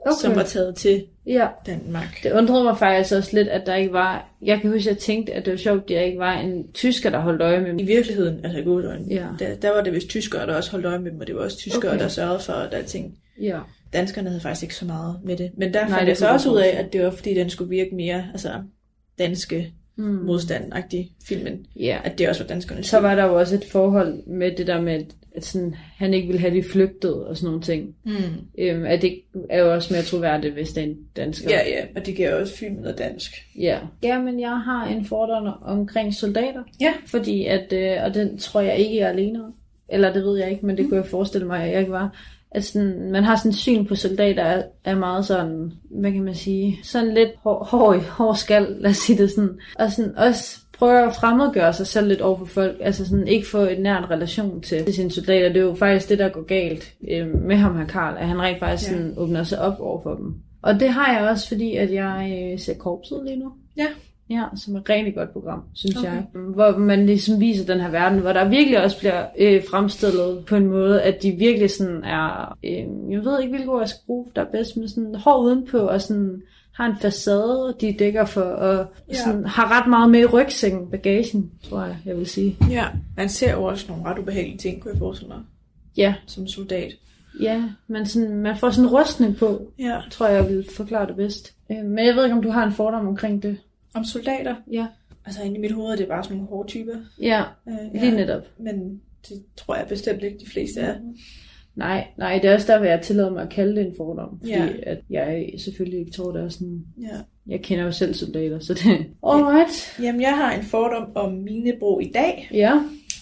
C: okay. som var taget til
B: Ja.
C: Danmark.
B: Det undrede mig faktisk også lidt, at der ikke var... Jeg kan huske, at jeg tænkte, at det var sjovt, at der ikke var en tysker, der holdt øje med
C: I
B: mig.
C: virkeligheden, altså i godøjen,
B: Ja.
C: der, der var det vist tyskere, der også holdt øje med dem, og det var også tyskere,
B: Okay.
C: okay. der sørgede for, at alting...
B: Ja.
C: Danskerne havde faktisk ikke så meget med det. Men der
B: Nej,
C: fandt
B: det
C: jeg så
B: kunne
C: også
B: jeg
C: ud af,
B: forestille
C: at det var, fordi den skulle virke mere altså, danske mm. modstandagtig filmen.
B: Ja.
C: At det også var danskerne.
B: Så var der jo også et forhold med det der med, at- at sådan, han ikke ville have de flygtet og sådan nogle ting.
C: Mm.
B: Øhm, at det er jo også mere troværdigt, hvis det er en dansker.
C: Ja, ja, og det giver også filmen noget dansk.
B: ja. ja men jeg har en fordom omkring soldater.
C: Ja.
B: Fordi at, øh, og den tror jeg ikke, jeg er alene om. Eller det ved jeg ikke, men det kunne jeg forestille mig, at jeg ikke var. At sådan, man har sådan et syn på soldater, er- er meget sådan, hvad kan man sige, sådan lidt hår, hår, hår skal, lad os sige det sådan. Og sådan også prøver at fremmedgøre sig selv lidt over for folk, altså sådan ikke få et nært relation til, til sine soldater. Det er jo faktisk det, der går galt øh, med ham her, Karl, at han rent faktisk
C: Ja.
B: ja. sådan, åbner sig op over for dem. Og det har jeg også, fordi at jeg øh, ser korpset lige nu.
C: Ja.
B: Ja, som er et rigtig godt program, synes
C: Okay.
B: okay. jeg. Hvor man ligesom viser den her verden, hvor der virkelig også bliver øh, fremstillet på en måde, at de virkelig sådan er, øh, jeg ved ikke, hvilket ord jeg skal bruge, der er bedst, men sådan hård udenpå, og sådan har en facade, de dækker for, og
C: Ja.
B: ja. sådan har ret meget med i rygsækken, bagagen, tror jeg, jeg vil sige.
C: Ja, man ser jo også nogle ret ubehagelige ting, kunne jeg forestille mig,
B: Ja,
C: som soldat.
B: ja, men sådan, man får sådan en rustning på,
C: Ja.
B: tror jeg, jeg vil forklare det bedst. Øh, men jeg ved ikke, om du har en fordom omkring det.
C: Om soldater?
B: Ja,
C: Altså inde i mit hoved er det bare sådan nogle hårde typer.
B: ja,
C: Øh,
B: lige Mm. netop.
C: Men det tror jeg bestemt ikke, de fleste er.
B: Nej, nej, det er også derfor, jeg tillader mig at kalde det en fordom. Fordi
C: Ja.
B: ja. at jeg selvfølgelig ikke tror, det er sådan...
C: Ja.
B: Jeg kender jo selv soldater, så det... Alright.
C: Jamen, jeg har en fordom om minebro i dag,
B: Ja.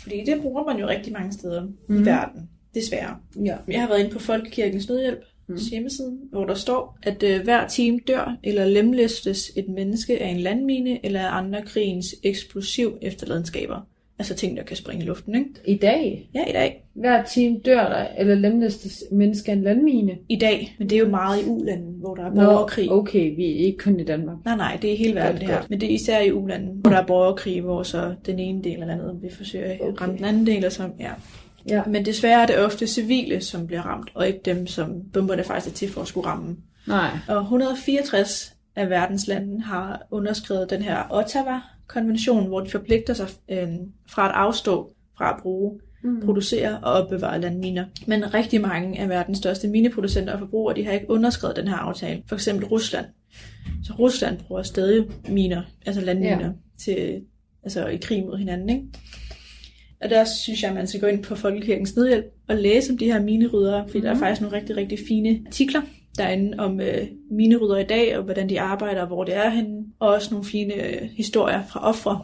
C: fordi det bruger man jo rigtig mange steder mm. i verden, desværre.
B: Ja.
C: Jeg har været inde på Folkekirkens Nødhjælp mm. hjemmesiden, hvor der står, at øh, hver time dør eller lemlæstes et menneske af en landmine eller af andre krigens eksplosiv efterladenskaber. Altså ting, der kan springe i luften, ikke?
B: I dag,
C: Ja, i dag.
B: hver time dør der, eller lemlæstes mennesker en landmine.
C: I dag. Men det er jo meget i ulandet, hvor der er borgerkrig.
B: okay, vi er ikke kun i Danmark.
C: Nej, nej, det er hele verden
B: Godt,
C: det her.
B: godt.
C: Men det er især i ulandet, hvor der er borgerkrig, hvor så den ene del af landet vil forsøge at
B: Okay.
C: ramme den anden del, og så, ja.
B: Ja.
C: Men desværre er det ofte civile, som bliver ramt, og ikke dem, som bomberne faktisk er til for at skulle ramme.
B: Nej.
C: Og 164 af verdens lande har underskrevet den her Ottawa-konvention, hvor de forpligter sig øh, fra at afstå fra at bruge,
B: Mm-hmm.
C: mm. producere og opbevare landminer. Men rigtig mange af verdens største mineproducenter og forbrugere, de har ikke underskrevet den her aftale. For eksempel Rusland. Så Rusland bruger stadig miner, altså landminer, ja.
B: Ja.
C: til, altså i krig mod hinanden, ikke? Og der synes jeg, at man skal gå ind på Folkekirkens Nødhjælp og læse om de her mineryddere, fordi mm. der er faktisk nogle rigtig, rigtig fine artikler derinde om øh, minerydder i dag, og hvordan de arbejder, og hvor det er henne, og også nogle fine øh, historier fra ofre,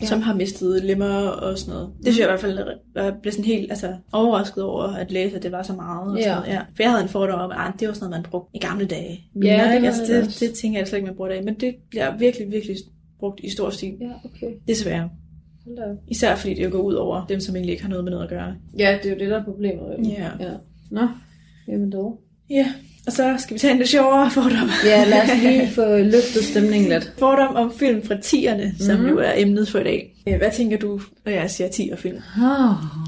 C: ja. som har mistet lemmer og sådan noget. Det synes jeg i hvert fald, jeg blev sådan helt altså, overrasket over at læse, at det var så meget. Og sådan
B: Ja.
C: noget. Ja. For jeg havde en fordom om, at ah, det var sådan noget, man brugte i gamle dage. Miner,
B: det
C: ikke?
B: var
C: altså,
B: det
C: det,
B: også.
C: det tænker jeg slet ikke, man bruger i dag, men det bliver virkelig, virkelig brugt i stor stil.
B: Ja, okay.
C: Desværre.
B: Hold da op.
C: Især fordi det jo går ud over dem, som egentlig ikke har noget med noget at gøre.
B: Ja, det er jo det, der er problemet. jo.
C: Ja.
B: ja. Nå, jamen dog.
C: Ja, og så skal vi tage en lidt sjovere fordom.
B: Ja, lad os lige få løftet stemningen lidt.
C: Fordom om film fra 10'erne,
B: Mhm.
C: som mm. jo er emnet for i dag. Øh, Hvad tænker du, når jeg siger 10'er film?
B: Oh,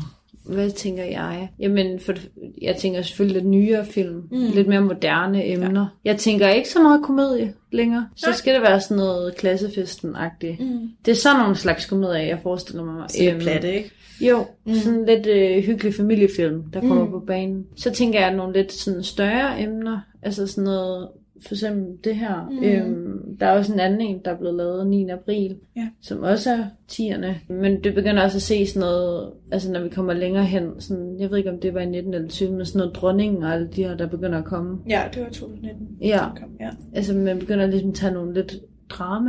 B: hvad tænker jeg? Jamen, for, det- jeg tænker selvfølgelig lidt nyere film. Mm. Lidt mere moderne emner. Ja. Jeg tænker ikke så meget komedie. længere. Så
C: Nej.
B: Nej. skal det være sådan noget klassefesten-agtigt. Mm.
C: Mm.
B: Det er sådan nogle slags komedier, jeg forestiller mig.
C: Så det er
B: Øhm,
C: platte, ikke?
B: Jo,
C: Mm.
B: mm. sådan lidt øh, hyggelig familiefilm, der kommer
C: Mm.
B: mm. på banen. Så tænker jeg, at nogle lidt sådan større emner, altså sådan noget, for eksempel det her.
C: Mm.
B: Mm. Øhm, der er også en anden en, der er blevet lavet 9. april,
C: Ja.
B: som også er tierne. Men det begynder også at se sådan noget, altså når vi kommer længere hen, sådan, jeg ved ikke om det var i 19 eller 20, men sådan noget dronningen og alle de her, der begynder at komme.
C: Ja, det var 2019.
B: Ja.
C: den Kom. ja.
B: Altså man begynder ligesom at tage nogle lidt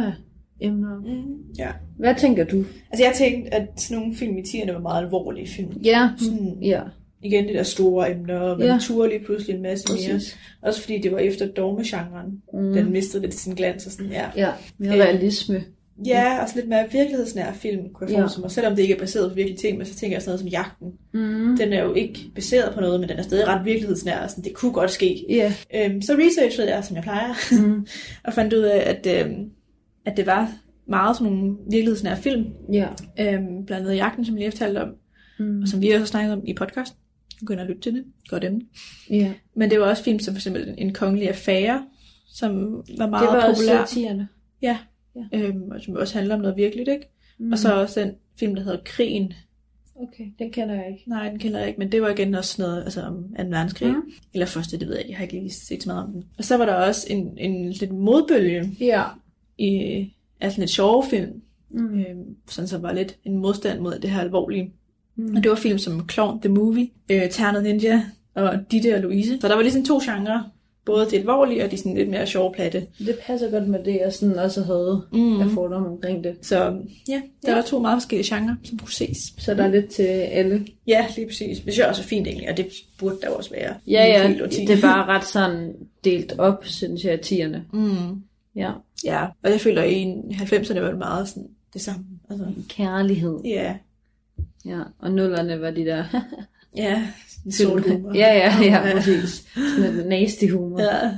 B: drama-emner.
C: Mm. ja.
B: Hvad tænker du?
C: Altså jeg tænkte, at sådan nogle film i 10'erne var meget alvorlige film.
B: Ja,
C: Sådan,
B: Mm. ja,
C: igen det der store emner, og man ja.
B: Ja.
C: turde lige pludselig en masse mere.
B: præcis.
C: Også fordi det var efter dogmegenren. Mm.
B: Mm.
C: Den mistede lidt sin glans og sådan, ja.
B: Ja, mere
C: Øhm,
B: realisme.
C: Ja, og sådan lidt mere virkelighedsnær film, kunne jeg
B: Mm. Ja.
C: forestille mig. Selvom det ikke er baseret på virkelige ting, men så tænker jeg sådan noget som Jagten.
B: Mm.
C: Den er jo ikke baseret på noget, men den er stadig ret virkelighedsnær, og sådan, det kunne godt ske.
B: Ja.
C: Øhm, så researchede jeg, som jeg plejer,
B: Mm.
C: og fandt ud af, at, øhm, at det var meget sådan nogle virkelighedsnære film.
B: Ja.
C: Øhm, blandt andet Jagten, som jeg lige fortalte om,
B: Mm.
C: og som vi også har snakket om i podcasten. Begynder at lytte til det. Godt emne.
B: ja.
C: Men det var også film som for eksempel En kongelig affære, som var
B: Det
C: meget
B: var også
C: populær,
B: satirerne.
C: øhm, og som også handler om noget virkeligt, ikke?
B: Mm.
C: Mm. Og så også den film, der hedder Krigen.
B: Okay, den kender jeg ikke.
C: Nej, den kender jeg ikke, men det var igen også noget altså om 2. verdenskrig.
B: Mm.
C: Mm. Eller første, det ved jeg ikke, jeg har ikke lige set så meget om den. Og så var der også en, en lidt modbølge
B: Ja.
C: i altså lidt sjove film,
B: Mm.
C: øhm, sådan så var lidt en modstand mod det her alvorlige.
B: Mm.
C: Og det var film som Clown the Movie, øh, Ternet Ninja og Ditte og Louise. Så der var ligesom to genrer. Både det alvorlige og de sådan lidt mere sjove platte.
B: Det passer godt med det, jeg sådan også havde
C: Mm.
B: af fordomme omkring det.
C: Så ja, der ja. var to meget forskellige genrer, som kunne ses.
B: Så der er lidt til alle.
C: Ja, lige præcis. Det synes jeg også er fint egentlig, og det burde der jo også være.
B: Ja,
C: i et
B: ja,
C: helt årti.
B: det er bare ret sådan delt op, synes jeg, tierne.
C: Mm.
B: Ja.
C: Ja, og jeg føler, at i 90'erne var det meget sådan det samme. Altså,
B: Kærlighed.
C: ja,
B: Ja, og nullerne var de der
C: ja,
B: film.
C: solhumor.
B: Ja, ja, ja,
C: Ja.
B: præcis. Sådan lidt nasty humor. Ja.
C: ja.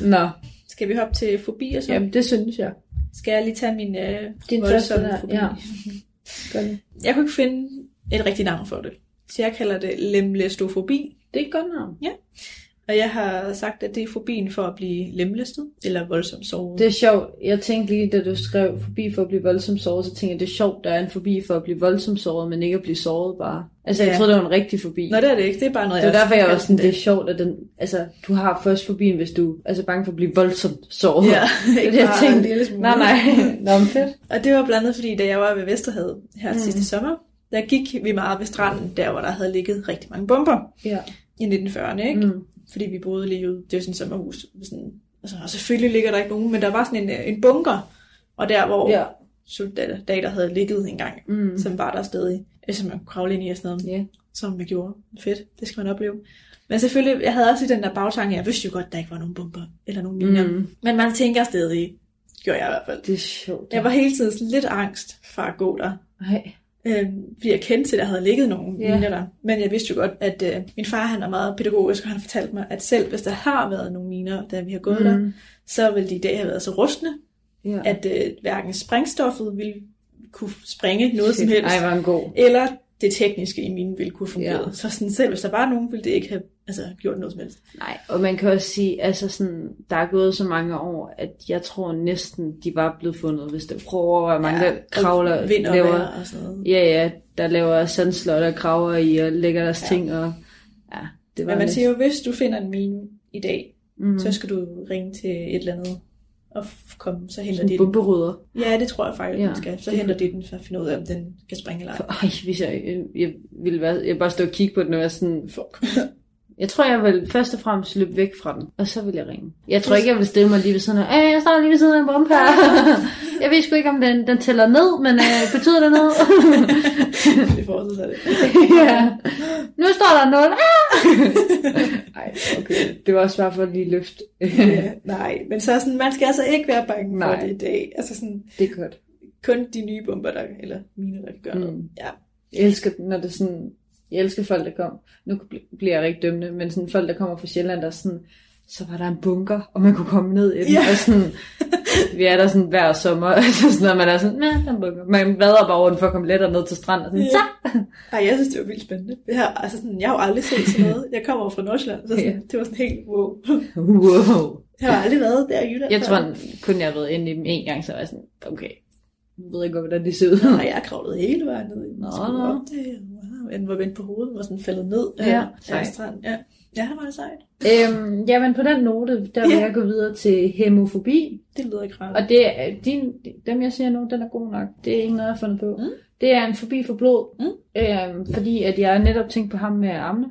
B: Nå,
C: Skal vi hoppe til fobi og så?
B: jamen det synes jeg.
C: Skal jeg lige tage min øh,
B: Din
C: voldsomme
B: første der,
C: fobi?
B: ja. Gør det.
C: Jeg kunne ikke finde et rigtigt navn for det. Så jeg kalder det lemlæstofobi.
B: Det er et godt navn.
C: Og jeg har sagt, at det er fobien for at blive lemlæstet, eller voldsomt såret.
B: Det er sjovt. Jeg tænkte lige, da du skrev forbi for at blive voldsomt såret, så tænkte jeg, det er sjovt, der er en forbi for at blive voldsomt såret, men ikke at blive såret bare. Altså, ja.
C: Ja.
B: jeg troede, det var en rigtig forbi.
C: Nå, det er det ikke. Det er bare noget,
B: det var
C: jeg
B: derfor, jeg var
C: kalder
B: sådan, det er sjovt, at den, altså, du har først forbien, hvis du altså, er bange for at blive voldsomt såret.
C: Ja,
B: det er
C: ikke
B: det, jeg
C: bare en
B: tænkte.
C: lille smule.
B: Nej, nej. Nå, men fedt.
C: Og det var blandt andet, fordi da jeg var ved Vesterhavet her mm.
B: Mm.
C: sidste sommer, der gik vi meget ved stranden, der hvor der havde ligget rigtig mange bomber
B: Ja.
C: i 1940'erne, ikke? Mm.
B: Mm.
C: Fordi vi boede lige ude, det var sådan et sommerhus. Sådan, altså, og selvfølgelig ligger der ikke nogen, men der var sådan en, øh, en bunker, og der hvor
B: Ja.
C: ja. soldater havde ligget engang,
B: Mm.
C: mm. som var der stadig, øh, som man kunne kravle ind i og sådan noget,
B: Ja.
C: som vi gjorde. Fedt, det skal man opleve. Men selvfølgelig, jeg havde også i den der bagtanke, jeg vidste jo godt, der ikke var nogen bomber eller nogen miner. Mm.
B: Mm.
C: Men man tænker stadig, gjorde jeg i hvert fald.
B: Det er sjovt.
C: Jeg var hele tiden sådan lidt angst for at gå der.
B: Nej.
C: Øhm, fordi jeg kendte til, at der havde ligget nogle
B: Ja.
C: yeah. miner der. Men jeg vidste jo godt, at øh, min far han er meget pædagogisk, og han fortalte mig, at selv hvis der har været nogle miner, da vi har gået mm. der,
B: Mm.
C: så ville de i dag have været så rustne,
B: Ja.
C: at øh, hverken sprængstoffet ville kunne sprænge noget som
B: Shit.
C: helst,
B: Ej, var en god.
C: eller det tekniske i minen ville kunne fungere.
B: Ja.
C: Så sådan, selv hvis der var nogen, ville det ikke have altså, gjort noget som helst.
B: Nej, og man kan også sige, altså sådan, der er gået så mange år, at jeg tror næsten, de var blevet fundet, hvis det prøver at være mange, ja, der kravler,
C: og vind og
B: laver,
C: vejr og sådan noget.
B: ja, ja, der laver sandslotter, og kraver i og lægger deres
C: Ja.
B: ja. ting, og ja, det var
C: Men man
B: lidt-
C: siger jo, hvis du finder en mine i dag,
B: mm,
C: så skal du ringe til et eller andet og f- komme, så henter
B: sådan
C: de den.
B: bomberydder.
C: Ja, det tror jeg faktisk, ja.
B: Ja.
C: den skal. Så henter de den, så finder ud af, om den kan springe eller ej.
B: For, ej, hvis jeg, øh, jeg ville være, jeg bare stå og kigge på den, og være sådan,
C: Fuck.
B: jeg tror, jeg vil først og fremmest løbe væk fra den, og så vil jeg ringe. Jeg tror ikke, jeg vil stille mig lige ved siden af, "Øh, jeg står lige ved siden af en bombe her. jeg ved sgu ikke, om den, den tæller ned, men øh, betyder det noget?
C: det forestiller sig det.
B: ja. Nu står der Ah! 0. Nej, okay. Det var også bare for at lige løfte.
C: ja, Øh, nej, men så er sådan, man skal altså ikke være bange nej. for
B: Nej.
C: det i dag. Altså sådan,
B: det er godt.
C: kun de nye bomber, der, eller mine, der kan gøre mm. noget.
B: Mm.
C: Ja.
B: Jeg elsker, når det er sådan... Jeg elsker folk, der kom. Nu bl- bliver jeg rigtig dømmende, men sådan folk, der kommer fra Sjælland, der er sådan... Så var der en bunker, og man kunne komme ned i den.
C: Ja.
B: Ja. Og sådan, Vi er der sådan hver sommer, så sådan, når man er sådan, "Nå, der bukker. Man vader bare rundt for at komme lettere ned til stranden. Og sådan,
C: Ja.
B: så!
C: Ej, jeg synes, det var vildt spændende. Det her, altså sådan, jeg har jo aldrig set sådan noget. Jeg kommer jo fra Nordsjælland, så sådan,
B: Ja.
C: det var sådan helt wow.
B: Wow.
C: Jeg har aldrig været der i Jylland.
B: Jeg
C: før.
B: tror kun, jeg har været inde i dem en gang, så var jeg sådan, okay, jeg ved ikke, hvordan det ser ud.
C: Nej, jeg kravlede hele vejen ned. i den.
B: Nå,
C: Skulle
B: nå.
C: op det. Wow. Den var vendt på hovedet, var sådan faldet ned
B: Ja,
C: ja, af
B: sejt.
C: stranden. Ja. ja, det var det sejt.
B: øhm, jamen på den note, der vil
C: Ja.
B: jeg gå videre til hemofobi.
C: Det lyder ikke rart.
B: Og det er øh, din, dem jeg siger nu, den er god nok. Det er ikke noget, jeg har fundet på.
C: Mm.
B: Det er en fobi for blod.
C: Mm.
B: Øhm, fordi at jeg netop tænkte på ham med armene.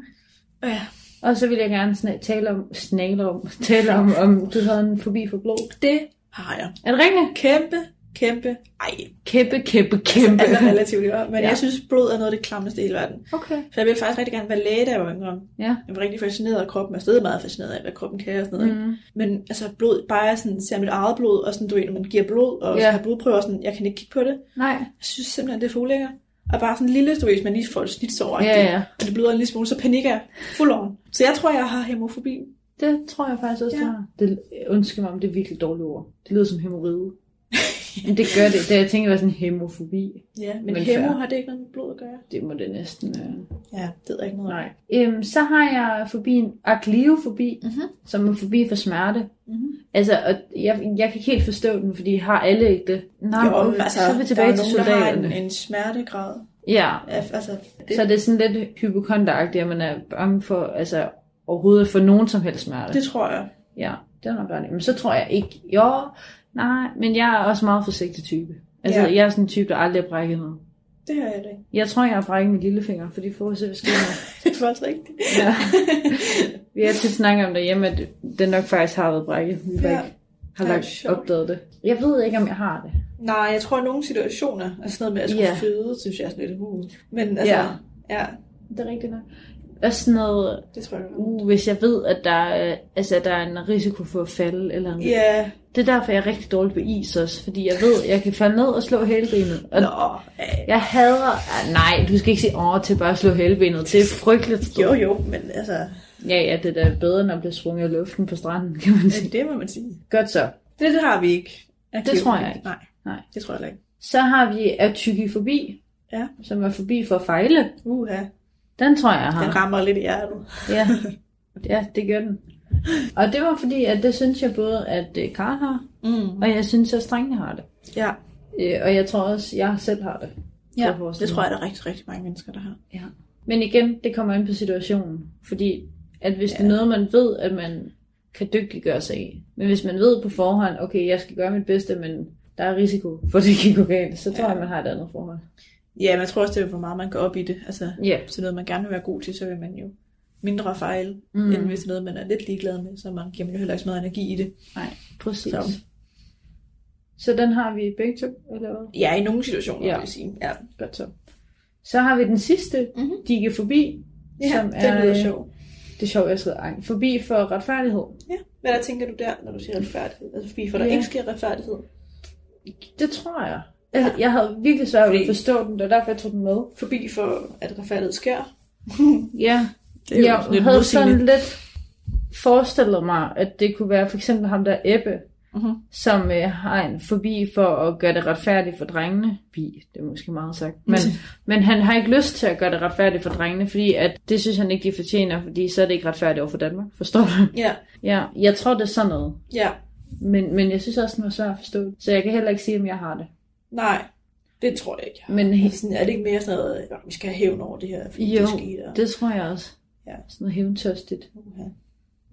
C: Ja,
B: Og så vil jeg gerne sna- tale om, snale om, tale om, om du havde en fobi for blod.
C: det har jeg.
B: Er det rigtigt?
C: Kæmpe, kæmpe, ej,
B: Kæmpe, kæmpe, kæmpe.
C: alt er relativt, ikke? men
B: Ja.
C: ja. jeg synes, blod er noget af det klammeste i hele verden.
B: Okay.
C: Så jeg ville faktisk rigtig gerne være læge, da jeg var yngre.
B: Ja.
C: Jeg var rigtig fascineret af kroppen, og stadig meget fascineret af, hvad kroppen kan og sådan noget. Mm.
B: Mm.
C: Men altså blod, bare jeg sådan, ser mit eget blod, og sådan, du ved, når man giver blod, og
B: Ja.
C: yeah. har blodprøver, og sådan, jeg kan ikke kigge på det.
B: Nej.
C: Jeg synes simpelthen, det er for ulækkert. Og bare sådan en lille, du ved, hvis man lige får et snitsår,
B: Ja, ja.
C: og det bløder en lille smule, så panikker jeg full on. Så jeg tror, jeg har hemofobi.
B: Det tror jeg faktisk også,
C: Ja.
B: ja. har. Det, undskyld mig, om det er virkelig dårlige ord. Det lyder som hemoride. Men det gør det. Da jeg tænker, det var sådan hemofobi.
C: Ja, men, men
B: Men
C: hemo
B: fair.
C: har det ikke noget med blod at gøre.
B: Det må det næsten være.
C: Ja, det er ikke noget.
B: Nej. Øhm, så har jeg fobien, agliofobi,
C: Mhm.
B: som er fobi for smerte.
C: Mm-hmm.
B: Altså, og jeg, jeg kan ikke helt forstå den, fordi har alle ikke det? Nej,
C: Jo,
B: okay.
C: altså,
B: så er vi tilbage
C: der
B: til
C: er nogen, der har en,
B: soldaterne.
C: en smertegrad.
B: Ja,
C: Ja, altså, det,
B: så det er sådan lidt hypokonteragtigt, at man er bange for, altså, overhovedet for nogen som helst smerte.
C: det tror jeg.
B: Ja, det er nok ret. i. Men så tror jeg ikke, jo, nej, men jeg er også meget forsigtig type. Altså,
C: Ja.
B: ja. jeg er sådan en type, der aldrig har brækket noget.
C: Det har jeg da ikke.
B: Jeg tror, jeg har brækket min lillefinger, fordi for at se, hvad sker der.
C: Det er faktisk rigtigt.
B: Ja. Vi har tit snakket om derhjemme, at den nok faktisk har været brækket. Vi
C: Ja.
B: ja. har
C: Ej,
B: lagt,
C: sjovt.
B: opdaget det. Jeg ved ikke, om jeg har det.
C: Nej, jeg tror, at nogle situationer, altså sådan noget med at skulle
B: Ja.
C: føde, synes jeg er sådan lidt uh. Men altså, ja.
B: Ja.
C: ja,
B: Det er rigtigt nok. Også sådan noget,
C: det tror jeg. det er.
B: uh, hvis jeg ved, at der, er, altså, at der er en risiko for at falde. Eller noget.
C: Ja,
B: Det er derfor, jeg er rigtig dårlig på is også. Fordi jeg ved, at jeg kan falde ned og slå hele benet. Og
C: nå, ja,
B: Jeg hader... Ah, nej, du skal ikke sige åh til bare at slå helbenet. Det er frygteligt.
C: jo jo, men altså,
B: Ja, ja, det er da bedre, end at blive sprunget i luften på stranden, kan man sige.
C: det må man sige.
B: Godt så.
C: Det, det har vi ikke. Aktiv.
B: tror jeg ikke.
C: Nej,
B: Nej.
C: det tror jeg heller ikke.
B: Så har vi atykifobi,
C: Ja.
B: som er forbi for at fejle.
C: Uha,
B: Den tror jeg, jeg
C: den
B: har.
C: rammer lidt i hjertet.
B: Ja. ja, det gør den. Og det var fordi, at det synes jeg både, at øh, Karen har,
C: Mm.
B: og jeg synes, at strengene har det.
C: Ja,
B: Øh, Og jeg tror også, jeg selv har det.
C: ja
B: Jeg forestiller
C: det tror jeg, der er rigtig, rigtig mange mennesker, der har.
B: Ja. Men igen, det kommer ind på situationen. Fordi at hvis ja. det
C: Ja.
B: er noget, man ved, at man kan dygtiggøre sig i. Men hvis man ved på forhånd, okay, jeg skal gøre mit bedste, men der er risiko for, at det kan gå galt, så tror
C: Ja.
B: ja. jeg, man har et andet forhold.
C: Ja, men jeg tror også, det er, hvor meget man går op i det. Altså,
B: Ja.
C: hvis det er noget, man gerne vil være god til, så vil man jo mindre fejle, mm.
B: Mm.
C: end hvis det er noget, man er lidt ligeglad med, så man giver man jo heller ikke så meget energi i det.
B: Nej, præcis.
C: Så.
B: Så. så den har vi begge to, eller hvad?
C: Ja, i nogle situationer, ja.
B: Ja.
C: vil jeg sige. Ja,
B: Godt så. Så har vi den sidste,
C: Mhm.
B: mm-hmm. digefobi.
C: ja
B: Som
C: det
B: er,
C: lyder
B: øh,
C: sjovt.
B: Det er sjovt, jeg skrev ang. Forbi for retfærdighed.
C: Ja. Hvad der tænker du der, når du siger retfærdighed? Altså, fordi for der
B: Ja.
C: ikke sker retfærdighed.
B: Det tror jeg. Altså, jeg havde virkelig svært ved
C: Fordi-
B: at forstå den, og derfor jeg tog den med.
C: Forbi for, at retfærdighed sker.
B: Ja,
C: Det er jo
B: jeg
C: sådan lidt
B: havde
C: modsigende.
B: sådan lidt forestillet mig, at det kunne være for eksempel ham der Ebbe,
C: Mhm.
B: som øh, har en forbi for at gøre det retfærdigt for drengene. Bi, det er måske meget sagt. Men, men han har ikke lyst til at gøre det retfærdigt for drengene, fordi at det synes han ikke, de fortjener, fordi så er det ikke retfærdigt over for Danmark. Forstår du?
C: Ja,
B: Ja, jeg tror, det er sådan noget.
C: ja,
B: Men, men jeg synes også, den var svær at forstå. Så jeg kan heller ikke sige, om jeg har det.
C: nej. Det tror jeg ikke, jeg har.
B: Men he-
C: Sådan, er det ikke mere sådan noget, "Nå, vi skal have hævn over det her, fordi
B: jo,
C: det skete? og-
B: det tror jeg også.
C: Ja.
B: Sådan noget hævntørstigt.
C: Uha.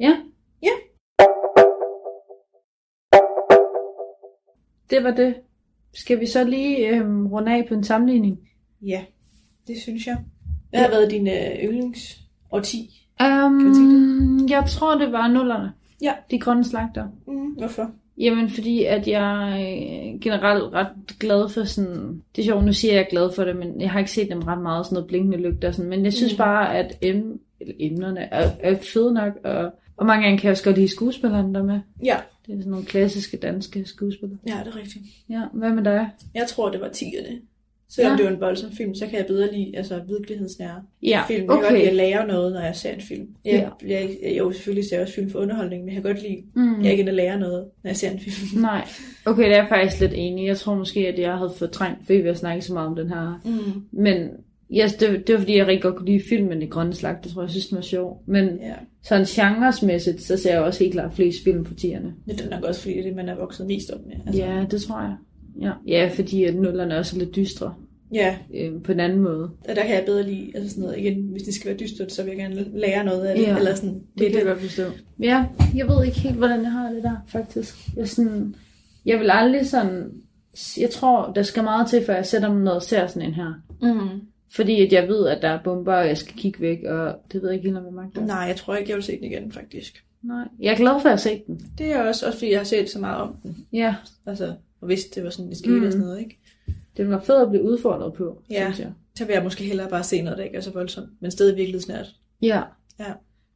B: Ja.
C: Ja.
B: Det var det. Skal vi så lige øhm, runde af på en sammenligning?
C: Ja, det synes jeg. Hvad har været din øh, yndlings årti? vi sige
B: Um, jeg tror, det var nullerne.
C: Ja.
B: De grønne slagter.
C: Mm, hvorfor?
B: Jamen, fordi at jeg øh, generelt ret glad for sådan... Det er sjovt, nu siger jeg, jeg er glad for det, men jeg har ikke set dem ret meget, sådan noget blinkende lygter og sådan. Men jeg synes
C: Mm.
B: mm. bare, at em, eller emnerne er, er fede nok, og, og mange gange kan jeg også godt lide skuespillerne der er med.
C: Ja,
B: Det er sådan nogle klassiske danske skuespillere.
C: ja, det er rigtigt.
B: Ja, hvad med dig?
C: Jeg tror, det var tierne. Selvom
B: Ja.
C: ja. det er en voldsom film, så kan jeg bedre lide altså, virkelighedsnære
B: Ja,
C: film. Jeg kan godt lide at
B: okay.
C: lære noget, når jeg ser en film. Jeg, ja. jeg, jeg, jo, selvfølgelig ser jeg også film for underholdning, men jeg kan godt lide, mm.
B: Mm.
C: jeg er ikke inde at lære noget, når jeg ser en film.
B: Nej. Okay, det er jeg faktisk lidt enig. Jeg tror måske, at jeg havde fortrængt, fordi vi har snakket så meget om den her.
C: Mm.
B: Men yes, det, det var fordi, jeg rigtig godt kunne lide filmen i Grønne Slag. Det tror jeg, jeg synes, den var sjov. Men
C: Ja.
B: sådan genresmæssigt, så ser jeg også helt klart flest film på tierne.
C: Men det er nok også, fordi det er det, man er vokset mest op med. Altså.
B: Ja, det tror jeg. Ja, ja fordi at nullerne også er lidt dystre
C: ja,
B: øh, på en anden måde.
C: og der kan jeg bedre lide, altså sådan noget, igen, hvis det skal være dystert, så vil jeg gerne lære noget af det.
B: Ja.
C: Eller sådan, det, er
B: godt forstå. Ja, jeg ved ikke helt, hvordan jeg har det der, faktisk. Jeg, er sådan, jeg vil aldrig sådan... Jeg tror, der skal meget til, før jeg sætter mig ned og ser sådan en her.
C: Mm.
B: Fordi at jeg ved, at der er bomber, og jeg skal kigge væk, og det ved jeg ikke helt, om jeg magter.
C: Nej, jeg tror ikke, jeg vil se den igen, faktisk.
B: Nej. Jeg er glad for at se den.
C: Det er også, også fordi jeg har set så meget om den.
B: Ja,
C: Altså, og vidste, det var sådan, det skete mm.
B: Mm.
C: og sådan noget, ikke?
B: den var fed at blive udfordret på,
C: Ja.
B: synes jeg.
C: Så vil jeg måske hellere bare se noget, der ikke er så voldsomt, men stadig virkelig snært.
B: Ja.
C: Ja.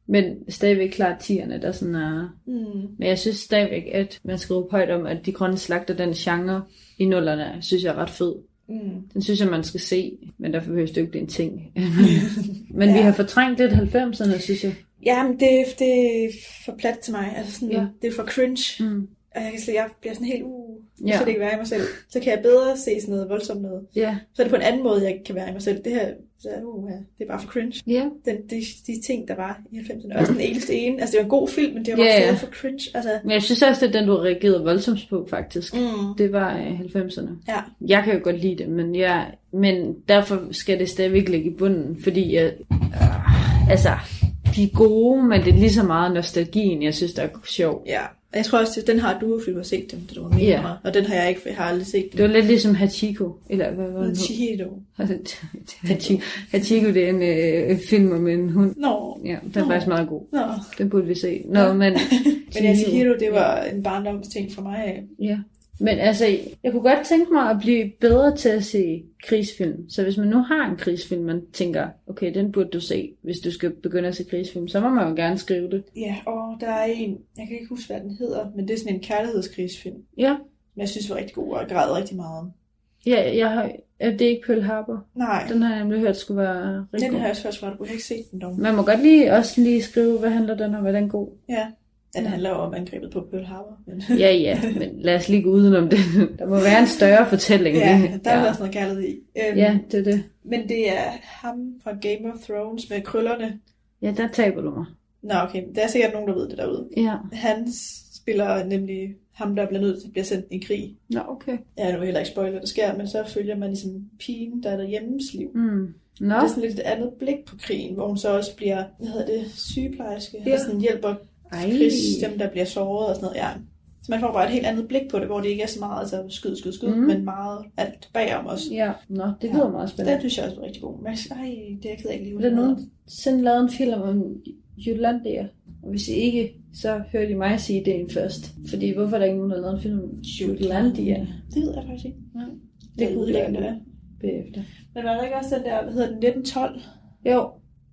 B: Men stadigvæk klart tierne, der sådan er...
C: Mm.
B: Men jeg synes stadigvæk, at man skal råbe højt om, at de grønne slagter den genre i nullerne, synes jeg er ret fed.
C: Mm.
B: Den synes jeg, man skal se, men derfor behøver det jo ikke det er en ting. men ja. vi
C: Ja.
B: har fortrængt lidt 90'erne, synes jeg.
C: Jamen, det, det er for plat til mig. Altså sådan, ja.
B: Ja.
C: det er for cringe. Mm.
B: Mm.
C: Og jeg kan slet, jeg bliver sådan helt u... Ja.
B: Ja.
C: Så det ikke være i mig selv. Så kan jeg bedre se sådan noget voldsomt noget.
B: Ja.
C: Så er det på en anden måde, jeg kan være i mig selv. Det her, så, uh, det er bare for cringe.
B: Ja.
C: Den, de, de ting, der var i 90'erne, også den eneste ene. Altså, det var en god film, men det var
B: Ja,
C: bare yeah.
B: ja.
C: for cringe. Altså,
B: Men jeg synes også, det er den, du reagerede voldsomt på, faktisk.
C: mm.
B: Det var øh, 90'erne.
C: Ja.
B: Jeg kan jo godt lide det, men, jeg, men derfor skal det stadigvæk ligge i bunden, fordi jeg, øh, altså, de er gode, men det er lige så meget nostalgien, jeg synes, der er sjov.
C: Ja, og jeg tror også, at den har du, fordi du har set dem, da du var mindre,
B: Ja.
C: og den har jeg ikke, for jeg har aldrig set
B: Det
C: dem.
B: var lidt ligesom Hachiko, eller hvad var det
C: Den
B: nu?
C: Chihiro.
B: Hachiko, Hachiko, det er en øh, film om en hund.
C: Nå,
B: Ja, den er
C: Nå.
B: faktisk meget god.
C: nå.
B: Den burde vi se. Nå,
C: Ja.
B: ja. men...
C: Men ja, Chihiro, det var en barndomsting for mig. af.
B: Ja. Men altså, jeg kunne godt tænke mig at blive bedre til at se krigsfilm. Så hvis man nu har en krigsfilm, man tænker, okay, den burde du se, hvis du skal begynde at se krigsfilm, så må man jo gerne skrive det.
C: Ja, og der er en, jeg kan ikke huske, hvad den hedder, men det er sådan en kærlighedskrigsfilm,
B: Ja,
C: men jeg synes, den var rigtig god, og jeg græd rigtig meget om.
B: ja jeg har, ja, det er ikke Pearl Harbor.
C: Nej,
B: Den har jeg nemlig hørt skulle være rigtig
C: den har
B: god.
C: jeg også hørt svaret på, jeg har ikke set den dog.
B: Man må godt lige også lige skrive, hvad handler den om, er den god?
C: Ja, ja den
B: Ja.
C: handler jo om angrebet på Pearl Harbor. Men...
B: Ja, ja, men lad os lige gå udenom det. Der må være en større fortælling.
C: ja, der er ja.
B: ja.
C: også noget kærlighed i. Øhm,
B: ja, det er det.
C: Men det er ham fra Game of Thrones med krøllerne.
B: Ja, der taber du mig.
C: Nå, okay, der er sikkert nogen, der ved det derude.
B: Ja.
C: Han spiller nemlig ham, der bliver nødt til at blive sendt i krig.
B: Nå, okay.
C: Ja, nu vil jeg heller ikke spoil, hvad der sker, men så følger man ligesom pigen, der er derhjemmes liv.
B: Mm. Nå,
C: Ja. Det er sådan lidt et andet blik på krigen, hvor hun så også bliver, hvad hedder det, sygeplejerske, ja.
B: Ja.
C: og sådan hjælper
B: Ej.
C: krigs, dem, der bliver såret og sådan noget. Ja. Så man får bare et helt andet blik på det, hvor det ikke er så meget altså, skyd, skyd, skyd, mm.
B: Mm.
C: men meget alt bagom os.
B: Ja, nå, det lyder meget
C: Den
B: spændende.
C: synes jeg også var rigtig god. Men ej, det er jeg ked af, jeg ikke lige.
B: Der er
C: husker.
B: nogensinde lavet en film om Jutlandia, og hvis I ikke, så hører de mig sige det en først. Fordi hvorfor er der ikke nogen, der har lavet en film om Jutlandia?
C: Det ved jeg faktisk ikke.
B: Nej,
C: Det
B: det
C: ved
B: kunne
C: jeg
B: jeg
C: ikke, det er.
B: ikke bagefter.
C: Men var der ikke også den der, hvad hedder den, 1912?
B: Jo,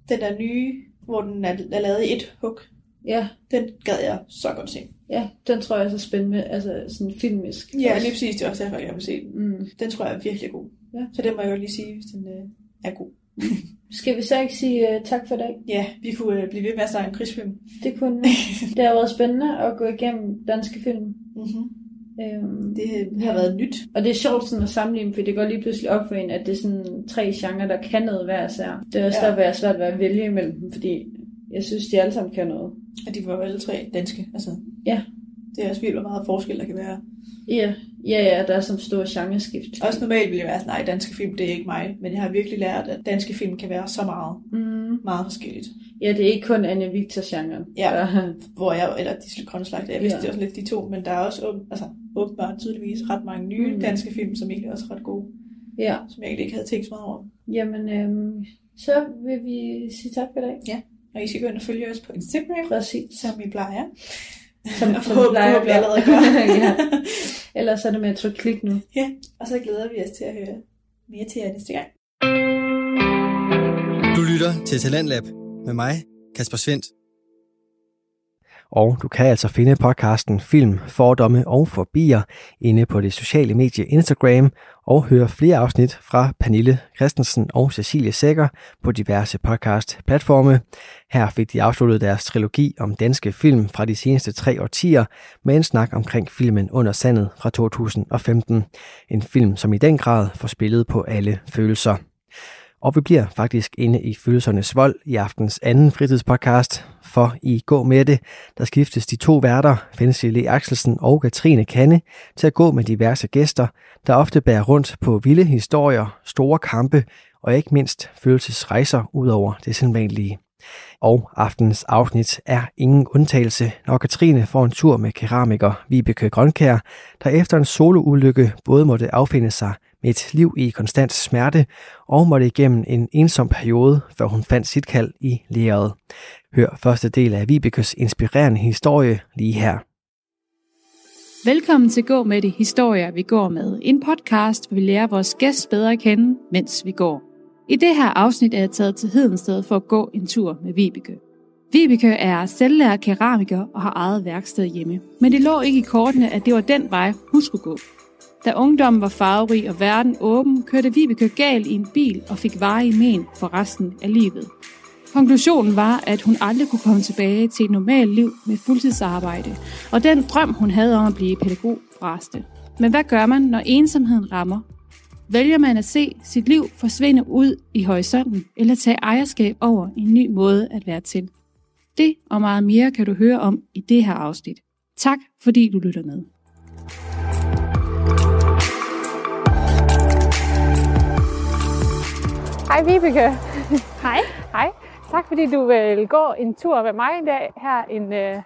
C: Den der nye, hvor den er, er lavet i et hug.
B: ja,
C: Den gad jeg så godt se.
B: ja, den tror jeg er så spændende, altså sådan filmisk.
C: Ja,
B: også.
C: lige præcis. Det er også derfor, jeg vil se den.
B: Mm.
C: Den tror jeg er virkelig god.
B: Ja.
C: Så den må jeg jo lige sige, hvis den øh, er god.
B: Skal vi så ikke sige uh, tak for i dag?
C: Ja, vi kunne øh, blive ved med at snakke om krigsfilm.
B: Det kunne Det har været spændende at gå igennem danske film.
C: Mm-hmm.
B: Øhm,
C: Det øh, har været nyt.
B: Og det er sjovt sådan at sammenligne, for det går lige pludselig op for en, at det er sådan tre genrer, der kan noget hver især. Det er også
C: Ja.
B: ja. der, hvor jeg har svært ved at vælge imellem dem, fordi jeg synes, de alle sammen kan noget.
C: Og de var jo alle tre danske. Altså,
B: Ja.
C: Det er også vildt, hvor meget forskel der kan være.
B: Ja, ja, ja der er sådan store genreskift.
C: Også normalt ville jeg være sådan, nej, danske film, det er ikke mig. Men jeg har virkelig lært, at danske film kan være så meget,
B: Mm.
C: meget forskelligt.
B: Ja, det er ikke kun Anja Victor-genren.
C: Ja.
B: Der,
C: Hvor jeg, eller de slet grønne slagter, jeg vidste
B: Ja.
C: det også lidt de to, men der er også åben- altså, åbenbart tydeligvis ret mange nye mm.
B: Mm.
C: danske film, som egentlig også er ret gode,
B: ja.
C: som jeg egentlig ikke havde tænkt så meget over.
B: Jamen, øhm, så vil vi sige tak for i dag.
C: Og I skal gå ind og følge os på Instagram,
B: Præcis.
C: som I plejer.
B: Som,
C: Og forhåbentlig-
B: at
C: forhåbentlig
B: gøre.
C: allerede gør.
B: ja. Ellers er det med at trykke klik nu.
C: Og så glæder vi os til at høre mere til jer næste gang.
F: Du lytter til Talentlab med mig, Kasper Svendt.
A: Og du kan altså finde podcasten Film, Fordomme og Forbier inde på det sociale medie Instagram og høre flere afsnit fra Pernille Christensen og Cecilie Sækker på diverse podcast-platforme. Her fik de afsluttet deres trilogi om danske film fra de seneste tre årtier med en snak omkring filmen Under Sandet fra 2015. En film, som i den grad får spillet på alle følelser. Og vi bliver faktisk inde i følelsernes vold i aftens anden fritidspodcast, for i Gå med det, der skiftes de to værter, Fensi Le Axelsen og Katrine Kanne, til at gå med diverse gæster, der ofte bærer rundt på vilde historier, store kampe og ikke mindst følelsesrejser ud over det sædvanlige. Og aftens afsnit er ingen undtagelse, når Katrine får en tur med keramiker Vibeke Grønkær, der efter en soloulykke både måtte affinde sig med et liv i konstant smerte og måtte igennem en ensom periode, før hun fandt sit kald i læret. Hør første del af Vibekes inspirerende historie lige her.
G: Velkommen til Gå med det historier, vi går med. En podcast, hvor vi lærer vores gæst bedre at kende, mens vi går. I det her afsnit er jeg taget til Hedensted for at gå en tur med Vibeke. Vibeke er selvlærer keramiker og har eget værksted hjemme. Men det lå ikke i kortene, at det var den vej, hun skulle gå. Da ungdommen var farverig og verden åben, kørte Vibeke galt i en bil og fik varige men for resten af livet. Konklusionen var, at hun aldrig kunne komme tilbage til et normalt liv med fuldtidsarbejde, og den drøm, hun havde om at blive pædagog, raste. Men hvad gør man, når ensomheden rammer? Vælger man at se sit liv forsvinde ud i horisonten, eller tage ejerskab over en ny måde at være til? Det og meget mere kan du høre om i det her afsnit. Tak fordi du lytter med.
H: Hej Vibeke.
D: Hej.
H: Hej. Tak fordi du vil gå en tur med mig i dag her en øh,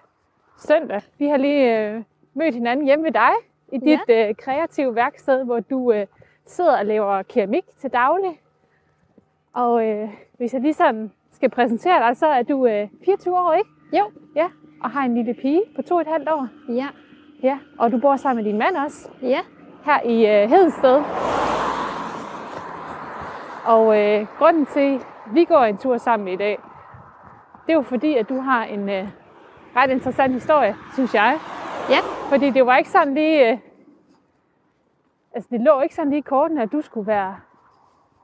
H: søndag. Vi har lige øh, mødt hinanden hjemme ved dig i
D: Ja.
H: dit øh, kreative værksted, hvor du øh, sidder og laver keramik til daglig. Og øh, hvis jeg lige sådan skal præsentere dig, så er du øh, 24 år, ikke?
D: Jo.
H: Ja, og har en lille pige på to og et halvt år.
D: Ja.
H: Ja, og du bor sammen med din mand også
D: Ja.
H: her i øh, Hedensted. Og øh, grunden til, at vi går en tur sammen i dag, det er jo fordi, at du har en øh, ret interessant historie, synes jeg.
D: Ja.
H: Fordi det var ikke sådan lige... Øh, altså, det lå ikke sådan lige i kortene, at du skulle være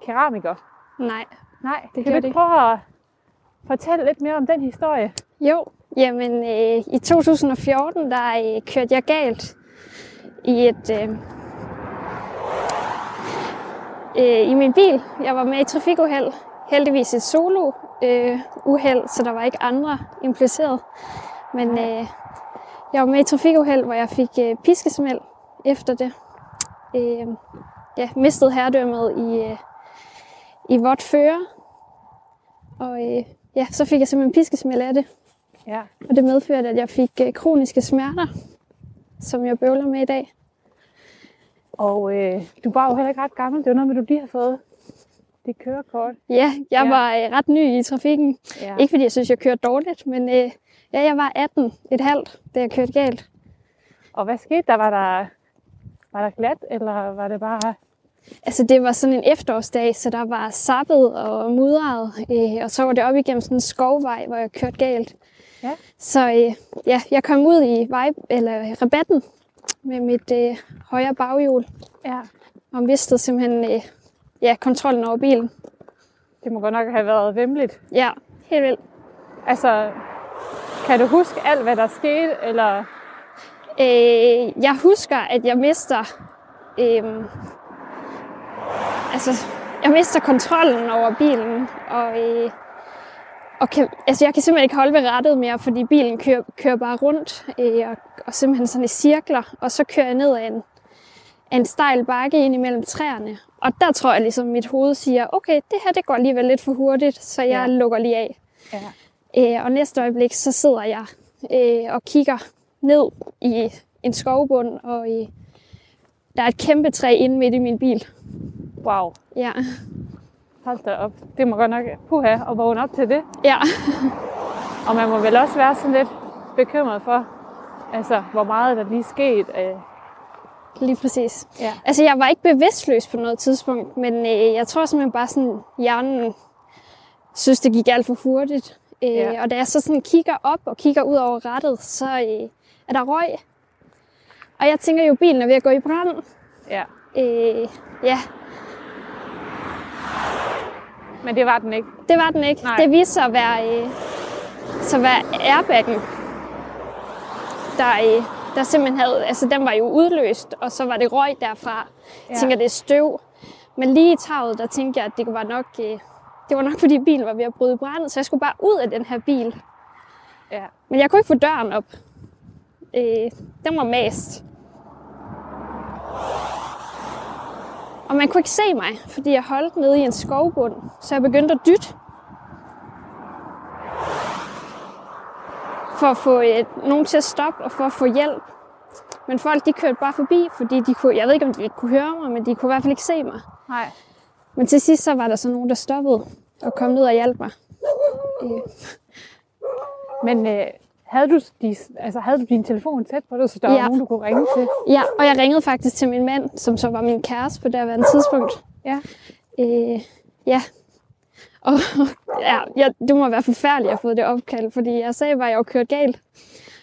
H: keramiker.
D: Nej.
H: Nej, det kan
D: gjorde
H: du
D: det
H: ikke
D: ikke.
H: prøve at fortælle lidt mere om den historie?
D: Jo, jamen øh, i 2014, der øh, kørte jeg galt i et... Øh, øh, i min bil. Jeg var med i et trafikuheld. Heldigvis et solo øh, uheld, så der var ikke andre impliceret. Men øh, jeg var med i et trafikuheld, hvor jeg fik øh, piskesmæld efter det. Øh, jeg mistede herredømmet i, øh, i vort fører. Og øh, ja, så fik jeg simpelthen piskesmæld af det.
H: Ja.
D: Og det medførte, at jeg fik øh, kroniske smerter, som jeg bøvler med i dag.
H: Og øh, du var jo heller ikke ret gammel. Det var noget med, du lige har fået det kørekort.
D: Ja, jeg
H: Ja.
D: ja. var øh, ret ny i trafikken.
H: Ja.
D: Ikke fordi jeg synes, jeg kørte dårligt, men øh, ja, jeg var 18 et halvt, da jeg kørte galt.
H: Og hvad skete der? Var der, var der glat, eller var det bare...
D: Altså, det var sådan en efterårsdag, så der var sappet og mudret, øh, og så var det op igennem sådan en skovvej, hvor jeg kørte galt.
H: Ja.
D: Så øh, ja, jeg kom ud i vej, eller rabatten med mit øh, højre baghjul,
H: Ja.
D: og mistede simpelthen øh, ja, kontrollen over bilen.
H: Det må godt nok have været vemmeligt.
D: Ja, helt vildt.
H: Altså, kan du huske alt, hvad der skete, eller...
D: Øh, jeg husker, at jeg mister... Øh, altså, jeg mister kontrollen over bilen, og, øh, og kan, altså, jeg kan simpelthen ikke holde ved rettet mere, fordi bilen kører, kører bare rundt, øh, og, og simpelthen sådan i cirkler, og så kører jeg ned ad en, ad en stejl bakke ind imellem træerne. Og der tror jeg ligesom, mit hoved siger, okay, det her det går alligevel lidt for hurtigt, så jeg
H: Ja.
D: ja. lukker lige af.
H: Ja.
D: Øh, og næste øjeblik, så sidder jeg øh, og kigger ned i en skovbund, og i, der er et kæmpe træ inde midt i min bil.
H: Wow,
D: Ja,
H: hold da op. Det må godt nok puha at vågne op til det.
D: ja.
H: Og man må vel også være sådan lidt bekymret for, altså, hvor meget der lige skete. Øh,
D: lige præcis.
H: Ja.
D: Altså, jeg var ikke bevidstløs på noget tidspunkt, men øh, jeg tror simpelthen bare sådan, hjernen synes, det gik alt for hurtigt. Øh,
H: Ja.
D: ja. Og da jeg så sådan kigger op og kigger ud over rattet, så øh, er der røg. Og jeg tænker jo, bilen er ved at gå i brand.
H: Ja.
D: Øh, ja,
H: Men det var den ikke.
D: det var den ikke.
H: Nej.
D: Det viste sig at være, øh, så at være airbaggen, der, øh, der simpelthen havde... Altså, den var jo udløst, og så var det røg derfra. Jeg
H: Ja.
D: tænker, det er støv. Men lige i taget, der tænkte jeg, at det var nok... Øh, det var nok, fordi bilen var ved at bryde i brand, så jeg skulle bare ud af den her bil.
H: Ja.
D: Men jeg kunne ikke få døren op. Øh, den var mast. Og man kunne ikke se mig, fordi jeg holdt nede i en skovbund, så jeg begyndte at dytte. For at få øh, nogen til at stoppe og for at få hjælp. Men folk de kørte bare forbi, fordi de kunne, jeg ved ikke om de ikke kunne høre mig, men de kunne i hvert fald ikke se mig.
H: Nej.
D: Men til sidst så var der så nogen, der stoppede og kom ned og hjalp mig. Øh,
H: Men øh, havde, du de, altså, havde du din telefon tæt på dig, så der ja. var
D: Ja.
H: nogen, du kunne ringe til?
D: Ja, og jeg ringede faktisk til min mand, som så var min kæreste på daværende tidspunkt.
H: Ja.
D: Øh, ja. Og ja, jeg, det må være forfærdeligt, at jeg har fået det opkald, fordi jeg sagde bare, at jeg var kørt galt.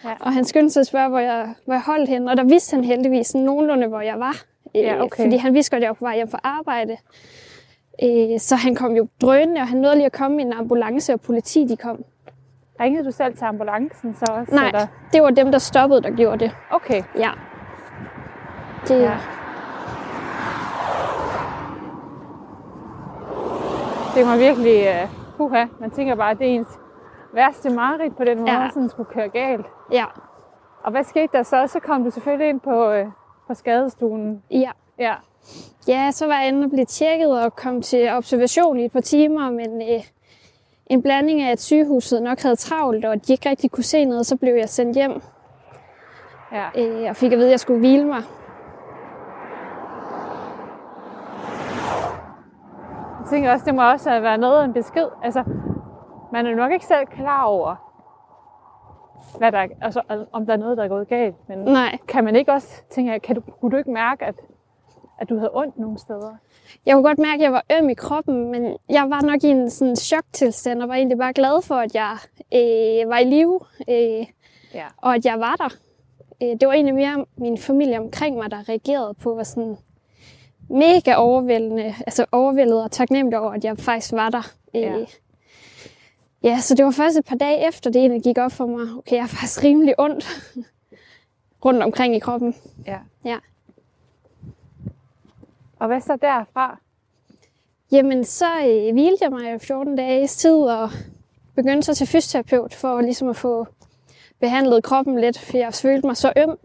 H: Ja.
D: Og han skyndte sig at spørge, hvor jeg, hvor jeg holdt hen, og der vidste han heldigvis sådan nogenlunde, hvor jeg var. Øh,
H: Ja, okay.
D: Fordi han vidste godt, at jeg var på vej hjem fra arbejde. Øh, så han kom jo drønende, og han nåede lige at komme i en ambulance, og politi de kom.
H: Ringede du selv til ambulancen så også?
D: Nej,
H: Eller?
D: det var dem, der stoppede, der gjorde det.
H: Okay.
D: Ja. Det,
H: Ja.
D: ja.
H: Det var virkelig... Øh, puha. Man tænker bare, at det er ens værste mareridt på den måde,
D: Ja.
H: ja. sådan skulle køre galt.
D: ja.
H: Og hvad skete der så? Så kom du selvfølgelig ind på, øh, på skadestuen.
D: Ja.
H: Ja.
D: Ja, så var jeg inde og blev tjekket og kom til observation i et par timer, men øh, en blanding af, at sygehuset nok havde travlt, og at de ikke rigtig kunne se noget, så blev jeg sendt hjem
H: ja.
D: øh, og fik at vide, at jeg skulle hvile mig.
H: Jeg tænker også, det må også have været noget af en besked. Altså, man er nok ikke selv klar over, hvad der, altså, om der er noget, der er gået galt. Men
D: Nej,
H: kan man ikke også tænke, kan du, kunne du ikke mærke, at, at du havde ondt nogle steder?
D: jeg kunne godt mærke, at jeg var øm i kroppen, men jeg var nok i en sådan, choktilstand og var egentlig bare glad for, at jeg øh, var i live, øh,
H: Ja.
D: og at jeg var der. Øh, det var egentlig mere min familie omkring mig, der reagerede på, var sådan mega overvældende, altså overvældet og taknemmelig over, at jeg faktisk var der. Øh,
H: Ja.
D: ja, så det var først et par dage efter, det egentlig gik op for mig, okay, jeg er faktisk rimelig ondt rundt omkring i kroppen.
H: Og hvad så derfra?
D: Jamen, så øh, hvilede jeg mig i 14 dages tid og begyndte så til fysioterapeut for ligesom at få behandlet kroppen lidt, for jeg følte mig så øm.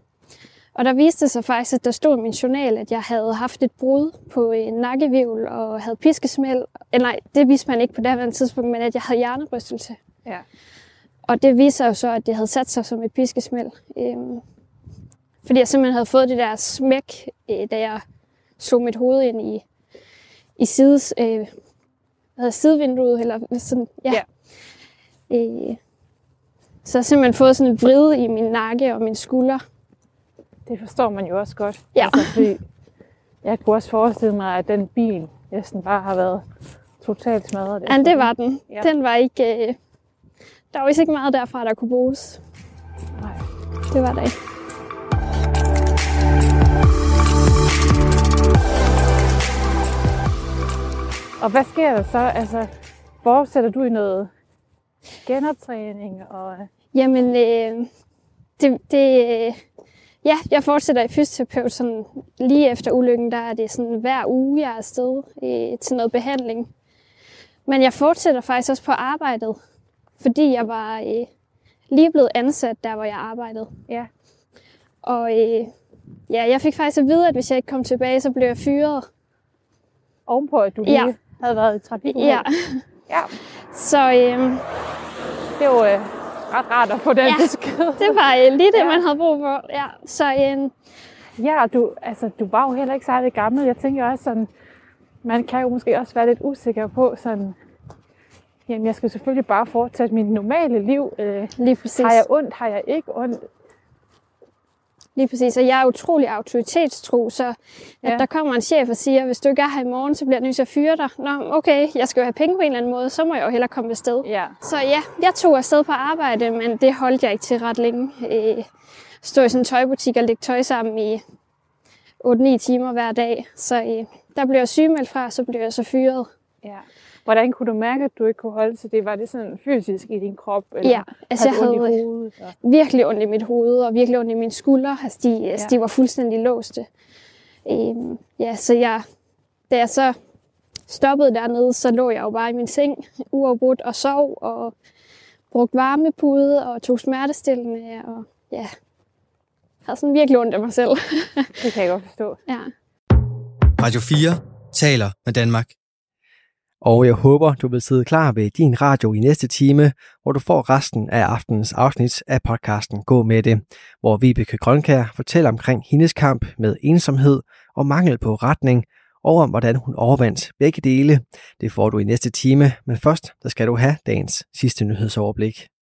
D: Og der viste det sig faktisk, at der stod i min journal, at jeg havde haft et brud på øh, nakkevivl og havde piskesmæld. Eller nej, det vidste man ikke på det tidspunkt, men at jeg havde hjernerystelse.
H: Ja.
D: Og det viser jo så, at det havde sat sig som et piskesmæld. Øhm, fordi jeg simpelthen havde fået det der smæk, øh, da jeg slog mit hoved ind i, i sides, øh, hvad hedder, det, sidevinduet. Eller sådan, ja.
H: Ja.
D: Øh, så har jeg simpelthen fået sådan et vrid i min nakke og min skulder.
H: Det forstår man jo også godt.
D: Ja.
H: Altså, fordi jeg kunne også forestille mig, at den bil næsten bare har været totalt smadret.
D: Ja, det var den.
H: Ja.
D: Ja. Den var ikke... Øh, der var vist ikke meget derfra, der kunne bruges.
H: Nej.
D: Det var der ikke.
H: Og hvad sker der så? Altså, fortsætter du i noget genoptræning? Og,
D: Jamen, øh, det, det, øh, ja, jeg fortsætter i fysioterapeut. Sådan, lige efter ulykken, der er det sådan, hver uge, jeg er afsted øh, til noget behandling. Men jeg fortsætter faktisk også på arbejdet, fordi jeg var øh, lige blevet ansat der, hvor jeg arbejdede.
H: Ja.
D: Og øh, ja, jeg fik faktisk at vide, at hvis jeg ikke kom tilbage, så blev jeg fyret.
H: ovenpå, at du
D: Ja.
H: lige havde været i trafik.
D: Ja.
H: ja.
D: Så øh,
H: Det var øh, ret rart at få den ja.
D: Ja.
H: besked.
D: det var øh, lige det,
H: Ja.
D: ja. man havde brug for. Ja, så øh,
H: Ja, og du, altså, du var jo heller ikke særlig gammel. Jeg tænker også sådan, man kan jo måske også være lidt usikker på sådan, jamen jeg skal selvfølgelig bare fortsætte mit normale liv. Øh,
D: lige præcis.
H: har jeg ondt, har jeg ikke ondt?
D: Lige præcis, og jeg er utrolig autoritetstro, så ja.
H: Ja.
D: at der kommer en chef og siger, hvis du ikke er her i morgen, så bliver jeg nødt til at fyre dig. Nå, okay, jeg skal jo have penge på en eller anden måde, så må jeg jo hellere komme afsted.
H: Ja.
D: Så ja, jeg tog afsted på arbejde, men det holdt jeg ikke til ret længe. Øh, Stå i sådan en tøjbutik og lægge tøj sammen i 8-9 timer hver dag. Så øh, der blev jeg sygemeldt fra, og så blev jeg så fyret.
H: ja. Hvordan kunne du mærke, at du ikke kunne holde til det? Var det sådan fysisk i din krop? Eller
D: Ja, altså jeg
H: havde du ondt i
D: havde
H: hovedet? Og...
D: virkelig ondt i mit hoved, og virkelig ondt i mine skuldre. Altså de, ja. altså, de var fuldstændig låste. Øhm, ja, så jeg, da jeg så stoppede dernede, så lå jeg jo bare i min seng uafbrudt og sov, og brugte varmepude og tog smertestillende, og ja, havde sådan virkelig ondt af mig selv.
H: Det kan jeg godt forstå.
D: Ja.
F: Radio 4 taler med Danmark.
A: Og jeg håber, du vil sidde klar ved din radio i næste time, hvor du får resten af aftenens afsnit af podcasten Gå med det, hvor Vibeke Grønkær fortæller omkring hendes kamp med ensomhed og mangel på retning, og om hvordan hun overvandt begge dele. Det får du i næste time, men først der skal du have dagens sidste nyhedsoverblik.